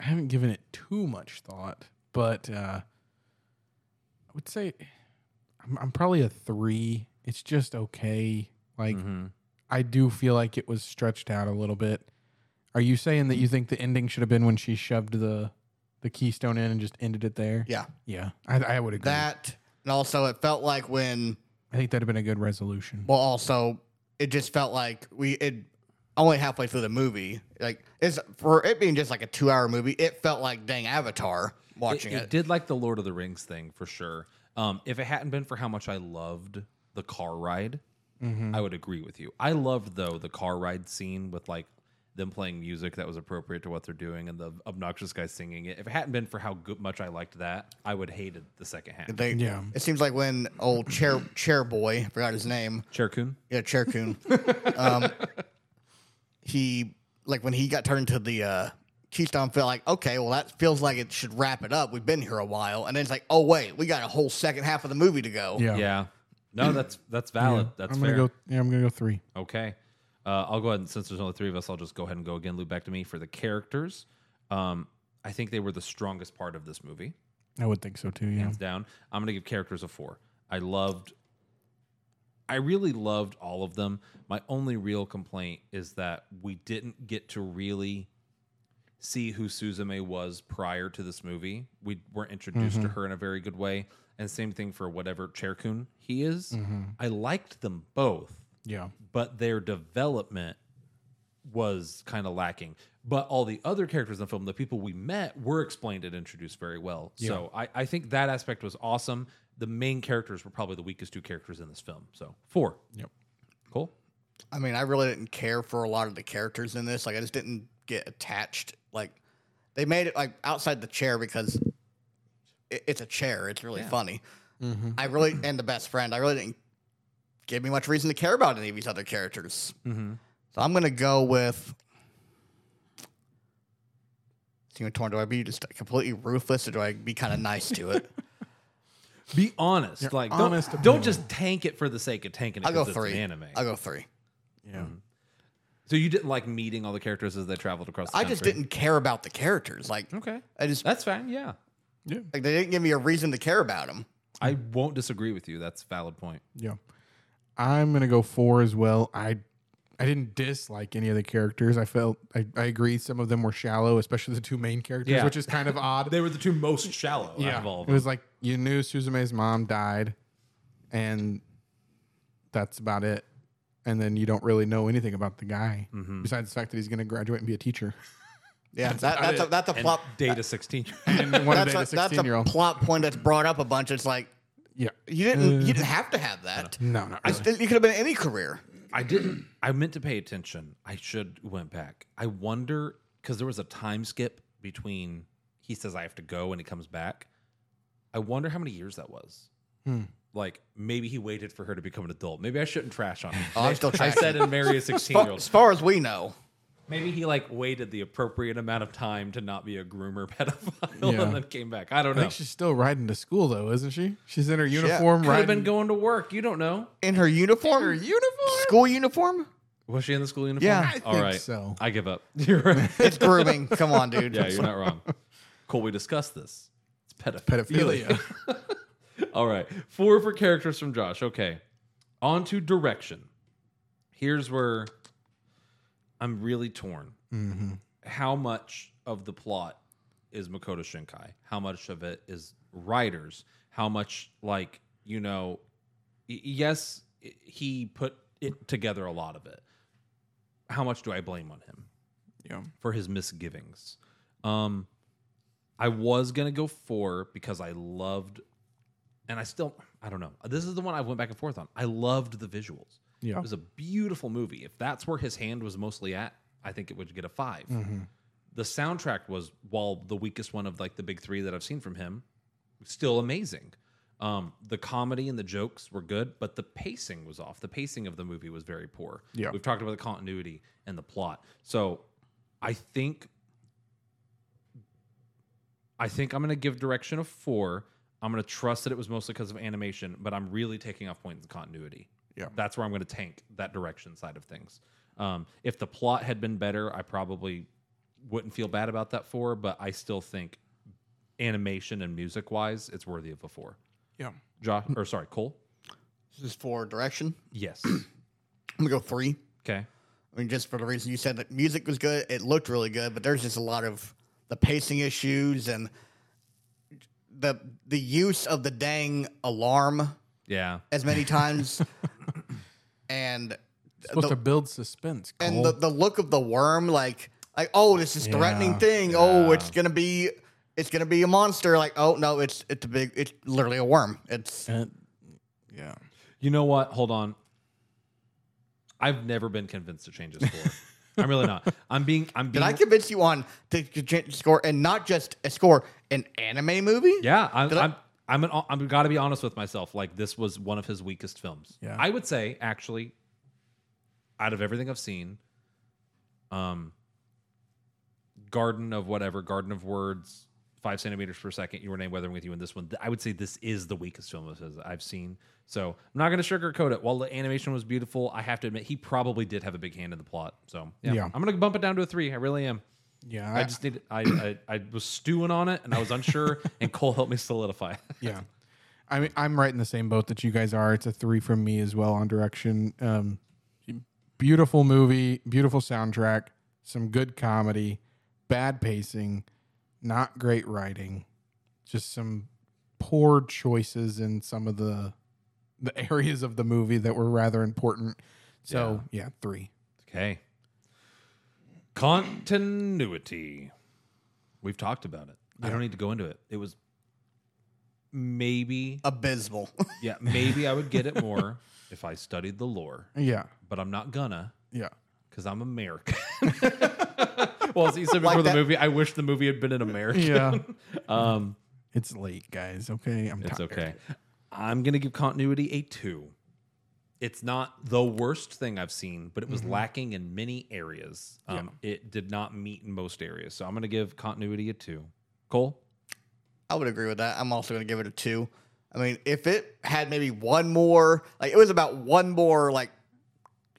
I haven't given it too much thought, but uh, I would say I'm, I'm probably a three. It's just okay. Like Mhm. I do feel like it was stretched out a little bit. Are you saying that you think the ending should have been when she shoved the the keystone in and just ended it there? Yeah, Yeah, I, I would agree. that, and also it felt like when I think that'd have been a good resolution. Well, also, it just felt like we it only halfway through the movie. Like, is for it being just like a two-hour movie, it felt like dang Avatar It, watching it. it did like the Lord of the Rings thing for sure. Um, if it hadn't been for how much I loved the Mm-hmm. car ride, I would agree with you. I loved though the car ride scene with like them playing music that was appropriate to what they're doing, and the obnoxious guy singing it. If it hadn't been for how good, much I liked that, I would hated the second half. They, Yeah. It seems like when old chair chair boy I forgot his name. Cherkun, Yeah, chair (laughs) coon. um, he like when he got turned to the uh, Keystone felt like okay, well that feels like it should wrap it up. We've been here a while, and then it's like oh wait, we got a whole second half of the movie to go. Yeah. yeah, no, that's that's valid. That's Oh. I'm fair. gonna go. Yeah, I'm gonna go three. Okay. Uh, I'll go ahead and since there's only three of us, I'll just go ahead and go again. Loop back to me for the characters. Um, I think they were the strongest part of this movie, I would think so too. Yeah. hands down. I'm gonna give characters a four. I loved. I really loved all of them. My only real complaint is that we didn't get to really see who Suzume was prior to this movie. We weren't introduced to her in a very good way. And same thing for whatever Cherkun he is. I liked them both Yeah. but their development was kind of lacking. But all the other characters in the film, the people we met, were explained and introduced very well. So I, I think that aspect was awesome. The main characters were probably the weakest two characters in this film. So four. Yep. Cool. I mean, I really didn't care for a lot of the characters in this. Like, I just didn't get attached. Like, they made it like outside the chair because it, it's a chair. It's really funny. I really and the best friend. I really didn't give me much reason to care about any of these other characters. Mm-hmm. So I'm gonna go with. See, I'm torn. Do I be just completely ruthless, or do I be kind of nice to (laughs) it? Be honest. like don't- honest don't, about it. just tank it for the sake of tanking it. I'll go 'cause it's an three. anime. I'll go three. Yeah. so you didn't like meeting all the characters as they traveled across the I just country? didn't care about the characters. Like, Okay. I just That's fine. Yeah. Yeah. like they didn't give me a reason to care about them. I won't disagree with you. That's a valid point. Yeah. I'm gonna go four as well. I I didn't dislike any of the characters. I felt I, I agree some of them were shallow, especially the two main characters, Yeah. which is kind of (laughs) odd. They were the two most shallow out yeah. of all of It them. was like you knew Suzume's mom died and that's about it. And then you don't really know anything about the guy Mm-hmm. besides the fact that he's gonna graduate and be a teacher. Yeah, that, that's a, that's a plot. Data 16. and one day (laughs) That's the a, that's sixteen year a old. plot point that's brought up a bunch. It's like yeah. you didn't you didn't have to have that. No, not I really. still, you could have been any career. (coughs) I didn't. I meant to pay attention. I should went back. I wonder because there was a time skip between he says I have to go and he comes back. I wonder how many years that was. Like maybe he waited for her to become an adult. Maybe I shouldn't trash on him. Oh, I'm still I trashing. said and marry a sixteen year as old. far as we know, Maybe he like waited the appropriate amount of time to not be a groomer (laughs) pedophile Yeah. and then came back. I don't I know. think she's still riding to school though, isn't she? She's in her have uniform, Could have riding. been going to work. You don't know. in her uniform, her uniform? school uniform, Was she in the school uniform? Yeah, I All think right. so. I give up. (laughs) You're right. it's (laughs) grooming. Come on, dude. Yeah, you're not wrong. Cool. We discussed this. It's pedophilia. pedophilia. (laughs) (laughs) All right. Four for characters from Josh. Okay. On to direction. Here's where I'm really torn. How much of the plot is Makoto Shinkai? How much of it is writers? How much, like, you know, y- yes, i- he put it together a lot of it. How much do I blame on him? yeah. for his misgivings. Um, I was gonna go four because I loved, and I still I don't know. This is the one I went back and forth on. I loved the visuals. Yeah. it was a beautiful movie. If that's where his hand was mostly at, I think it would get a 5 Mm-hmm. The soundtrack was, while the weakest one of like the big three that I've seen from him, still amazing. Um, the comedy and the jokes were good, but the pacing was off. The pacing of the movie was very poor. Yeah. We've talked about the continuity and the plot. So I think I think I'm gonna give direction a four. I'm gonna trust that it was mostly because of animation, but I'm really taking off points in continuity. Yeah. That's where I'm gonna tank that direction side of things. Um, if the plot had been better, I probably wouldn't feel bad about that four, but I still think animation and music wise, it's worthy of a four. Yeah. Hmm. Josh or sorry, Cole? This is for direction. (clears throat) Yes. I'm gonna go three. okay. I mean, just for the reason you said that music was good, it looked really good, but there's just a lot of the pacing issues and the the use of the dang alarm Yeah. as many (laughs) times, and Supposed to build suspense. and Cole. the, the look of the worm, like like oh, this is threatening Yeah, thing. Oh, it's gonna be it's gonna be a monster. Like oh no, it's it's a big it's literally a worm. It's And- yeah. You know what? Hold on. I've never been convinced to change this score. (laughs) I'm really not. I'm being. I'm Did being. I convince you on to g- g- score and not just a score an anime movie? yeah, I'm. Did I- I'm I'm, an, I'm got to be honest with myself. Like this was one of his weakest films. Yeah. I would say actually, out of everything I've seen, um, Garden of whatever, Garden of Words, five centimeters per second. You were named Weathering with you in this one. th- I would say this is the weakest film of his I've seen. So I'm not going to sugarcoat it. While the animation was beautiful, I have to admit he probably did have a big hand in the plot. So Yeah. yeah. I'm going to bump it down to a three. I really am. Yeah, I just need. I, I I was stewing on it, and I was unsure. and Cole helped me solidify. yeah. I mean, I'm right in the same boat that you guys are. It's a three from me as well on direction. Um, beautiful movie, beautiful soundtrack, some good comedy, bad pacing, not great writing, just some poor choices in some of the the (laughs) areas of the movie that were rather important. So yeah, three. Okay. Continuity. We've talked about it. I don't need to go into it. It was maybe Abysmal. (laughs) yeah, (laughs) maybe I would get it more if I studied the lore, Yeah, but I'm not gonna yeah. because I'm American. well, as you said before Like the that- movie, I wish the movie had been in America. (laughs) Yeah. Um, it's late, guys. Okay, I'm it's tired. okay. I'm gonna give continuity a two. It's not the worst thing I've seen, but it was lacking in many areas. Um, It did not meet in most areas, so I'm gonna give continuity a two. Cole, I would agree with that. I'm also going to give it a two. I mean, if it had maybe one more, like it was about one more like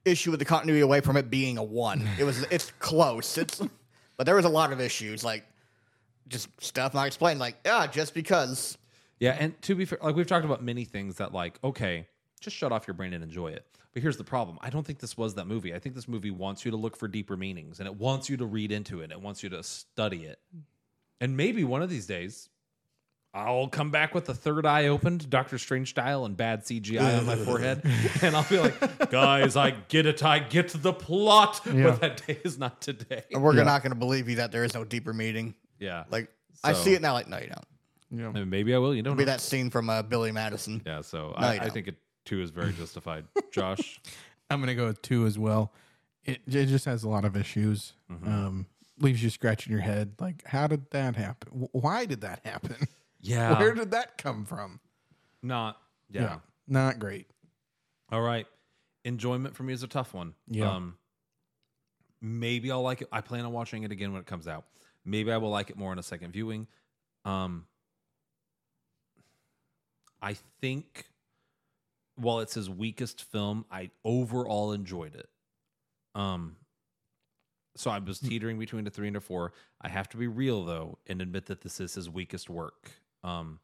issue with the continuity away from it being a one. (laughs) It was, it's close. It's, but there was a lot of issues, like just stuff not explained. Like, yeah, just because. Yeah, and to be fair, like we've talked about many things that like, okay, just shut off your brain and enjoy it. But here's the problem. I don't think this was that movie. I think this movie wants you to look for deeper meanings and it wants you to read into it. It wants you to study it. And maybe one of these days I'll come back with the third eye opened, Doctor Strange style, and bad CGI on my forehead. And I'll be like, guys, I get it. I get the plot. Yeah. But that day is not today. And we're not going to believe you that there is no deeper meaning. Yeah. Um, Like, I So- see it now. Like, no, you don't. Yeah. And maybe I will. You don't Be know. that scene from uh, Billy Madison. yeah. So No, I, you I don't. think it too is very justified. (laughs) Josh. I'm gonna go with two as well. It, it just has a lot of issues. Mm-hmm. Um, leaves you scratching your head. Like, how did that happen? W- Why did that happen? (laughs) Yeah. Where did that come from? (laughs) Not. Um, Yeah. not great. All right. Enjoyment for me is a tough one. Yeah. Um, maybe I'll like it. I plan on watching it again when it comes out. Maybe I will like it more in a second viewing. Um, I think while it's his weakest film, I overall enjoyed it. Um, so I Hmm. was teetering between a three and a four. I have to be real though and admit that this is his weakest work. Um,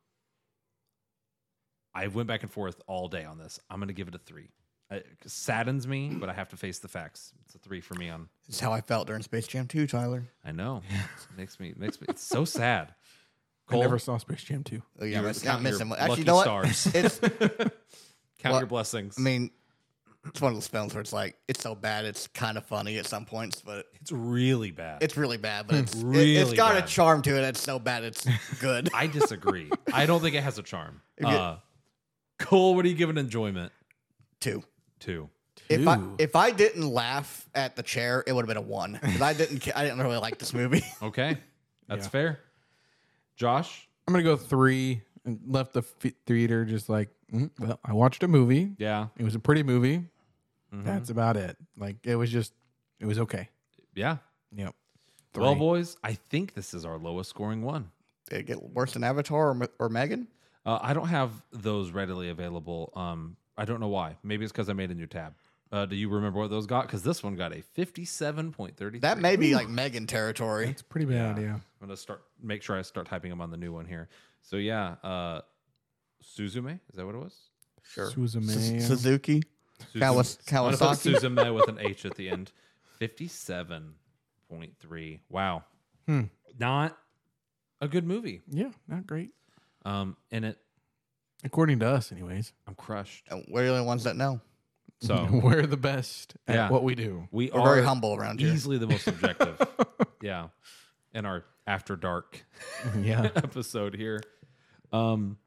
I went back and forth all day on this. I'm going to give it a three. It saddens me, but I have to face the facts. It's a three for me. On This is how I felt during Space Jam 2, Tyler. I know it makes me makes me. It's so sad. I Cole, never saw Space Jam two. Oh, yeah, You it's not count your missing. much. Actually, lucky you know what? stars. It's, count Well, your blessings. I mean, it's one of those films where it's like it's so bad it's kind of funny at some points, but it's really bad. it's really bad. But it's it, has Really got a bad. charm to it. It's so (laughs) bad it's good. I disagree. I don't think it has a charm. If you- Uh, Cole, what do you give an enjoyment Two. to? If I Two. if I didn't laugh at the chair, it would have been a one. 'Cause I didn't ca- I didn't really like this movie. (laughs) Okay, that's Yeah. fair. Josh, I'm gonna go three. And left the f- theater just like, mm, well, I watched a movie. yeah, It was a pretty movie. Mm-hmm. That's about it. Like, it was just, it was okay. yeah. Yep. Well, Three. boys, I think this is our lowest scoring one. Did it get worse than Avatar or, Me- or Megan? Uh, I don't have those readily available. Um, I don't know why. Maybe it's because I made a new tab. Uh, do you remember what those got? Because this one got a fifty-seven point thirty. That may be like Megan territory. It's pretty bad. Yeah. I'm gonna start. Make sure I start typing them on the new one here. So yeah, uh, Suzume is that what it was? Sure. Suzume. S- Suzuki. Kawas- I'm gonna put Kawasaki. Suzume with an H at the end. Fifty-seven point three. Wow. Hmm. Not a good movie. Yeah, not great. Um, and it. According to us, anyways. (laughs) I'm crushed. And Oh, We're the only ones that know. (laughs) So we're the best at Yeah. what we do. we We're are very humble around here. easily the most subjective. yeah. In our after dark (laughs) Mm-hmm. (laughs) Yeah. episode here. Um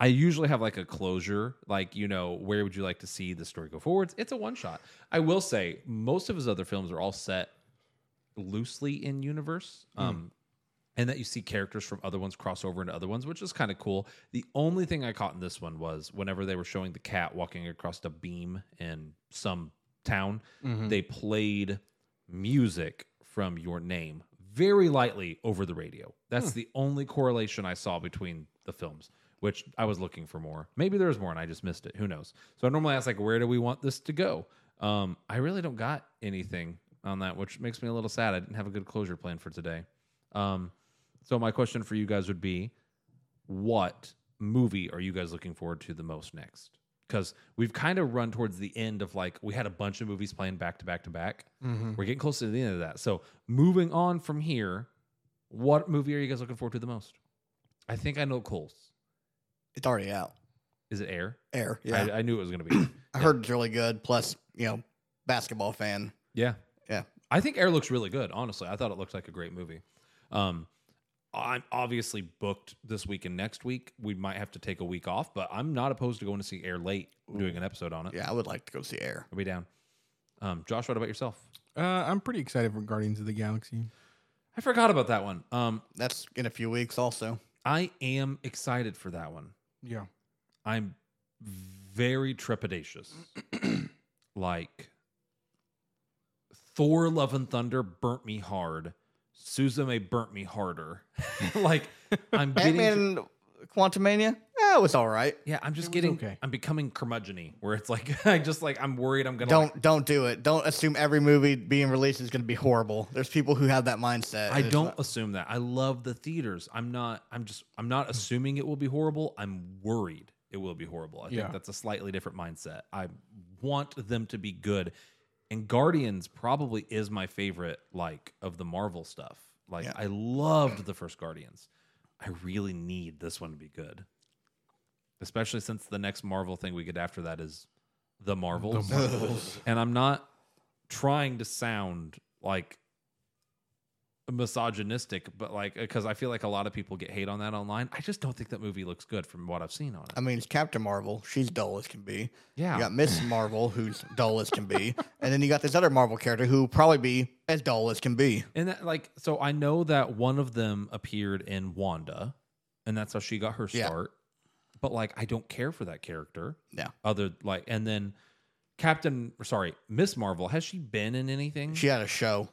I usually have like a closure, like you know, where would you like to see the story go forwards? It's a one shot. I will say most of his other films are all set loosely in universe, um, and that you see characters from other ones cross over into other ones, which is kind of cool. The only thing I caught in this one was whenever they were showing the cat walking across a beam in some town, they played music from Your Name very lightly over the radio. That's the only correlation I saw between the films, which I was looking for more. Maybe there was more and I just missed it. Who knows? So I normally ask like, where do we want this to go? Um, I really don't got anything on that, which makes me a little sad. I didn't have a good closure plan for today. Um, so my question for you guys would be, what movie are you guys looking forward to the most next? Because we've kind of run towards the end of like we had a bunch of movies playing back to back to back. Mm-hmm. We're getting close to the end of that. So moving on from here, what movie are you guys looking forward to the most? I think I know Cole's. It's already out. Is it Air? Air. Yeah. I, I knew it was going to be. I heard it's really good. Plus, you know, basketball fan. yeah. Yeah. I think Air looks really good. Honestly, I thought it looked like a great movie. Um, I'm obviously booked this week and next week. We might have to take a week off, but I'm not opposed to going to see Air late, doing an episode on it. Yeah, I would like to go see Air. I'll be down. Um, Josh, what about yourself? Uh, I'm pretty excited for Guardians of the Galaxy. I forgot about that one. Um, That's in a few weeks also. I am excited for that one. Yeah. I'm very trepidatious. (clears throat) like Thor Love and Thunder burnt me hard. Suzume burnt me harder. (laughs) like I'm Ant getting Man Quantumania? Yeah, it was all right. Yeah, I'm just getting okay. I'm becoming curmudgeon where it's like (laughs) I just like I'm worried I'm gonna like- Don't don't do it. Don't assume every movie being released is going to be horrible. There's people who have that mindset. I It's don't not- assume that. I love the theaters. I'm not I'm just I'm not assuming it will be horrible. I'm worried it will be horrible. I Yeah. think that's a slightly different mindset. I want them to be good. And Guardians probably is my favorite like of the Marvel stuff. Like Yeah. I loved the first Guardians. I really need this one to be good. Especially since the next Marvel thing we get after that is the Marvels. and I'm not trying to sound like misogynistic, but like because I feel like a lot of people get hate on that online. I just don't think that movie looks good from what I've seen on I it. mean, it's Captain Marvel. She's dull as can be. Yeah. You got Miss Marvel, who's dull as can be. And then you got this other Marvel character who will probably be as dull as can be. And that like so I know that one of them appeared in Wanda, and that's how she got her Yeah. start. But like I don't care for that character. Yeah. Other like and then Captain sorry, Miss Marvel, has she been in anything? She had a show.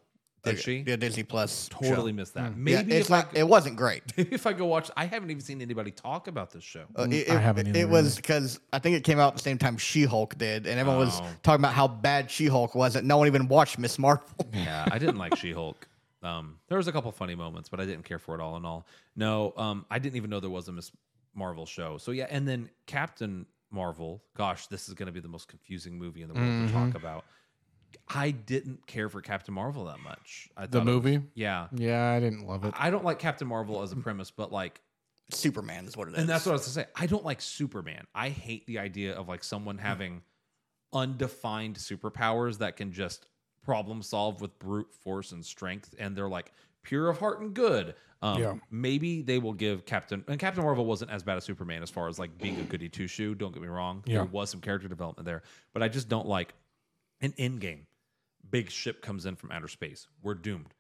Did she? Yeah, Disney Plus. show. Hmm. totally missed that. Yeah, Maybe it's if I not, it wasn't great. maybe (laughs) if I go watch I haven't even seen anybody talk about this show. Uh, it, I it- haven't It, either, was because I think it came out at the same time She Hulk did, and everyone was Oh. talking about how bad She Hulk was, and no one even watched Miss Marvel. (laughs) yeah, I didn't like She Hulk. Um, there was a couple funny moments, but I didn't care for it all in all. No, um, I didn't even know there was a Miss Marvel show. So yeah, and then Captain Marvel. Gosh, this is going to be the most confusing movie in the world to talk about. I didn't care for Captain Marvel that much. I The thought it was- movie? yeah. Uh, Yeah, I didn't love it. I don't like Captain Marvel as a premise, but like Superman is what it is. and that's what I was gonna say. I don't like Superman. I hate the idea of like Hmm. someone having undefined superpowers that can just problem solve with brute force and strength, and they're like pure of heart and good. Um, Yeah. Maybe they will give Captain and Captain Marvel wasn't as bad as Superman as far as like being a goody two shoe. Don't get me wrong. Yeah. There was some character development there, but I just don't like an end game. Big ship comes in from outer space. We're doomed.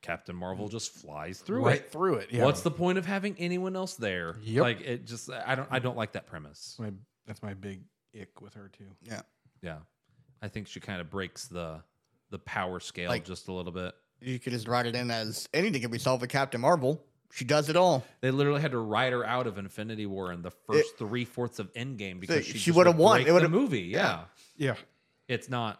Captain Marvel just flies through right it. through it. Yeah. What's the point of having anyone else there? Yep. Like it just I don't I don't like that premise. that's my, that's my big ick with her too. yeah. Yeah. I think she kind of breaks the the power scale Like- just a little bit. You could just write it in as anything can be solved with Captain Marvel. She does it all. They literally had to write her out of Infinity War in the first three fourths of Endgame because she she, just would've would won. break It the would've- movie. Yeah. Yeah. It's not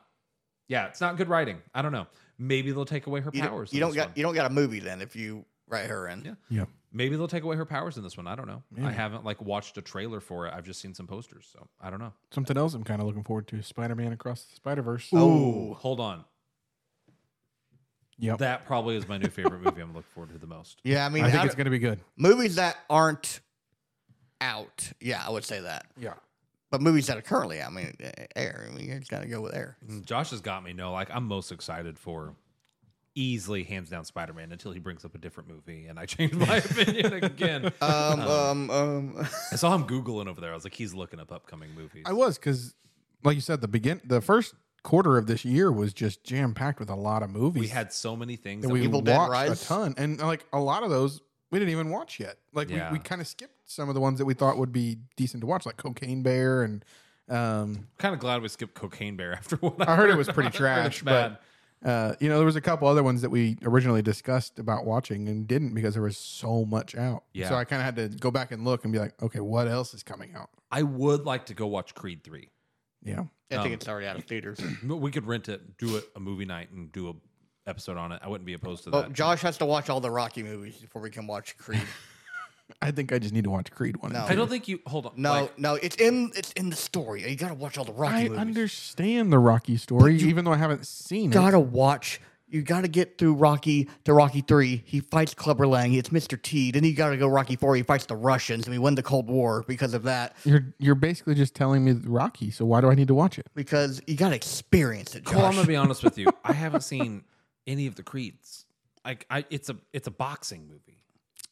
yeah, it's not good writing. I don't know. Maybe they'll take away her You powers. don't, you in don't this got one. you don't got a movie then if you write her in. Yeah. Yeah. Maybe they'll take away her powers in this one. I don't know. I haven't like watched a trailer for it. I've just seen some posters, so I don't know. Something else I'm kind of looking forward to: Spider-Man Across the Spider-Verse. Oh, Hold on. Yep. That probably is my new favorite movie I'm looking forward to the most. yeah. I mean, I out think it's of- going to be good. movies that aren't out. Yeah, I would say that. Yeah. But movies that are currently, out, I mean, air. I mean, you just gotta go with air. Josh has got me. No, like I'm most excited for easily hands down Spider Man until he brings up a different movie and I changed (laughs) my opinion again. Uh, Um, um, um, (laughs) I saw him Googling over there. I was like, he's looking up upcoming movies. I was because, like you said, the begin the first quarter of this year was just jam packed with a lot of movies. we had so many things. that that we we- Evil Dead watched Rise. a ton, and like a lot of those we didn't even watch yet. Like Yeah. we, we kind of skipped some of the ones that we thought would be decent to watch, like Cocaine Bear, and um, I'm kind of glad we skipped Cocaine Bear (laughs) after what I heard it (laughs) was pretty I heard it's trash, bad. but. Uh, you know, there was a couple other ones that we originally discussed about watching and didn't because there was so much out. Yeah. So I kind of had to go back and look and be like, okay, what else is coming out? I would like to go watch Creed three. Yeah. I Um, think it's already out of theaters. But we could rent it, do it a movie night, and do a episode on it. I wouldn't be opposed to Oh, that. Well, Josh has to watch all the Rocky movies before we can (laughs) watch Creed. I think I just need to watch Creed one. and No. two. I don't think you hold on. No, like, no, it's in it's in the story. You gotta watch all the Rocky I movies. understand the Rocky story, even though I haven't seen it. gotta watch. You gotta get through Rocky to Rocky three. He fights Clubber Lang. It's Mr. T. Then you gotta go Rocky four. He fights the Russians, and we win the Cold War because of that. You're you're basically just telling me Rocky, so why do I need to watch it? Because you gotta experience it, Josh. Cole, I'm gonna be honest with (laughs) you. I haven't seen any of the Creeds. Like, I it's a it's a boxing movie.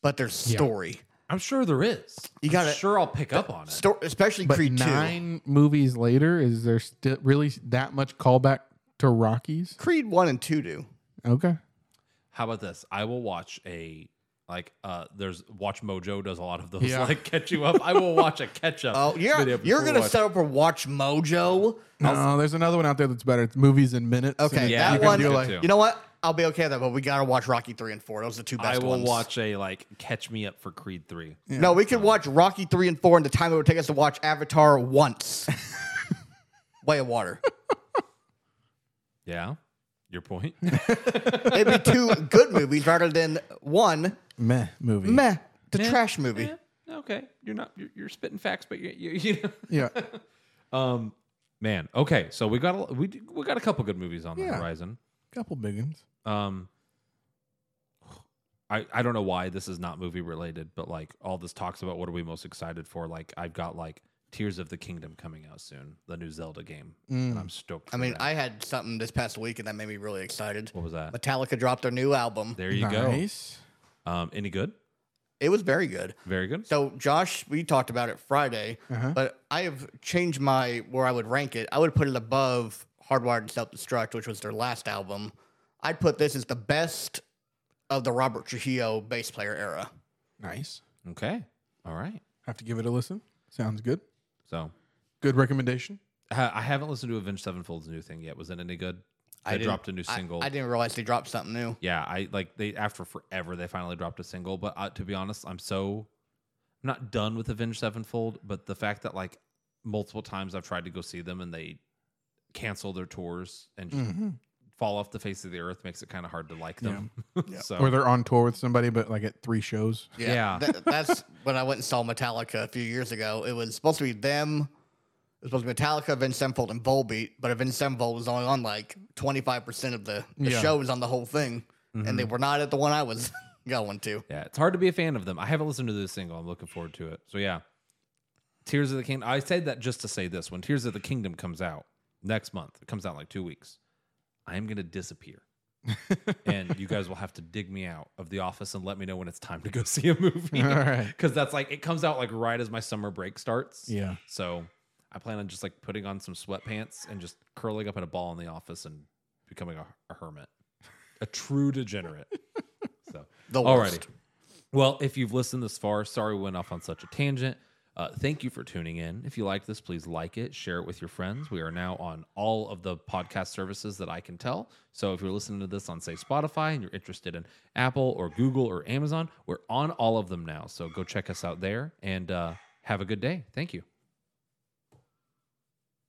but there's story, I'm sure there is. You I'm gotta- sure I'll pick up on it. Sto- especially But Creed two. nine movies later, is there still really that much callback to Rockies? Creed one and two do. Okay, How about this? I will watch a like uh there's Watch Mojo does a lot of those Yeah. like catch you up. I will watch a catch up. (laughs) Oh, you're video you're before gonna watch. set up for Watch Mojo. no, there's another one out there that's better. It's movies in minutes. and Okay, it's- Yeah, you that can one. do good like too. You know what? I'll be okay with that, but we gotta watch Rocky three and four. Those are the two best I will ones. watch a like catch me up for Creed three. No, we could watch Rocky three and four in the time it would take us to watch Avatar (laughs) once. Way of water. Yeah, your (laughs) point. (laughs) It'd be two good movies rather than one meh movie. meh, the trash movie. okay, you're not you're, you're spitting facts, but you you, you know. (laughs) Yeah, Um, man. Okay, so we got a, we d- we got a couple good movies on the Yeah. horizon. (laughs) couple big ones. Um, I I don't know why this is not movie related, but like all this talks about what are we most excited for? Like I've got like Tears of the Kingdom coming out soon, the new Zelda game, and I'm stoked. Mm. I for mean, that. I had something this past week and that made me really excited. what was that? Metallica dropped their new album. There you nice. go. Um, any good? It was very good. Very good. So Josh, we talked about it Friday, but I have changed my where I would rank it. I would put it above Hardwired to Self-Destruct, which was their last album. I'd put this as the best of the Robert Trujillo bass player era. Nice. Okay. All right. Have to give it a listen. Sounds good. So Good recommendation. I I haven't listened to Avenged Sevenfold's new thing yet. Was it any good? They didn't- dropped a new I- single. I, didn't realize they dropped something new. yeah i like they after forever they finally dropped a single but uh, to be honest i'm so I'm not done with avenged sevenfold but the fact that like multiple times i've tried to go see them and they cancel their tours and just fall off the face of the earth makes it kind of hard to like them (laughs) so Or they're on tour with somebody, but like at three shows. (laughs) Yeah. Th- that's (laughs) when I went and saw Metallica a few years ago. It was supposed to be them. It was supposed to be Metallica, Vince Sevenfold, and Volbeat, but Vince Sevenfold was only on like 25% of the, the Yeah. shows on the whole thing, and they were not at the one I was (laughs) going to. yeah it's hard to be a fan of them i haven't listened to this single i'm looking forward to it so yeah tears of the kingdom i said that just to say this when tears of the kingdom comes out next month it comes out in like two weeks i'm gonna (laughs) disappear and you guys will have to dig me out of the office and let me know when it's time to go (laughs) see a movie. All right. Because that's like, it comes out like right as my summer break starts. Yeah. So I plan on just like putting on some sweatpants and just curling up in a ball in the office and becoming a, a hermit, a true (laughs) degenerate. so, The alrighty. worst. Well, if you've listened this far, sorry we went off on such a tangent. Uh, thank you for tuning in. If you like this, please like it, share it with your friends. We are now on all of the podcast services that I can tell. So if you're listening to this on, say, Spotify and you're interested in Apple or Google or Amazon, we're on all of them now. So go check us out there and uh, have a good day. Thank you.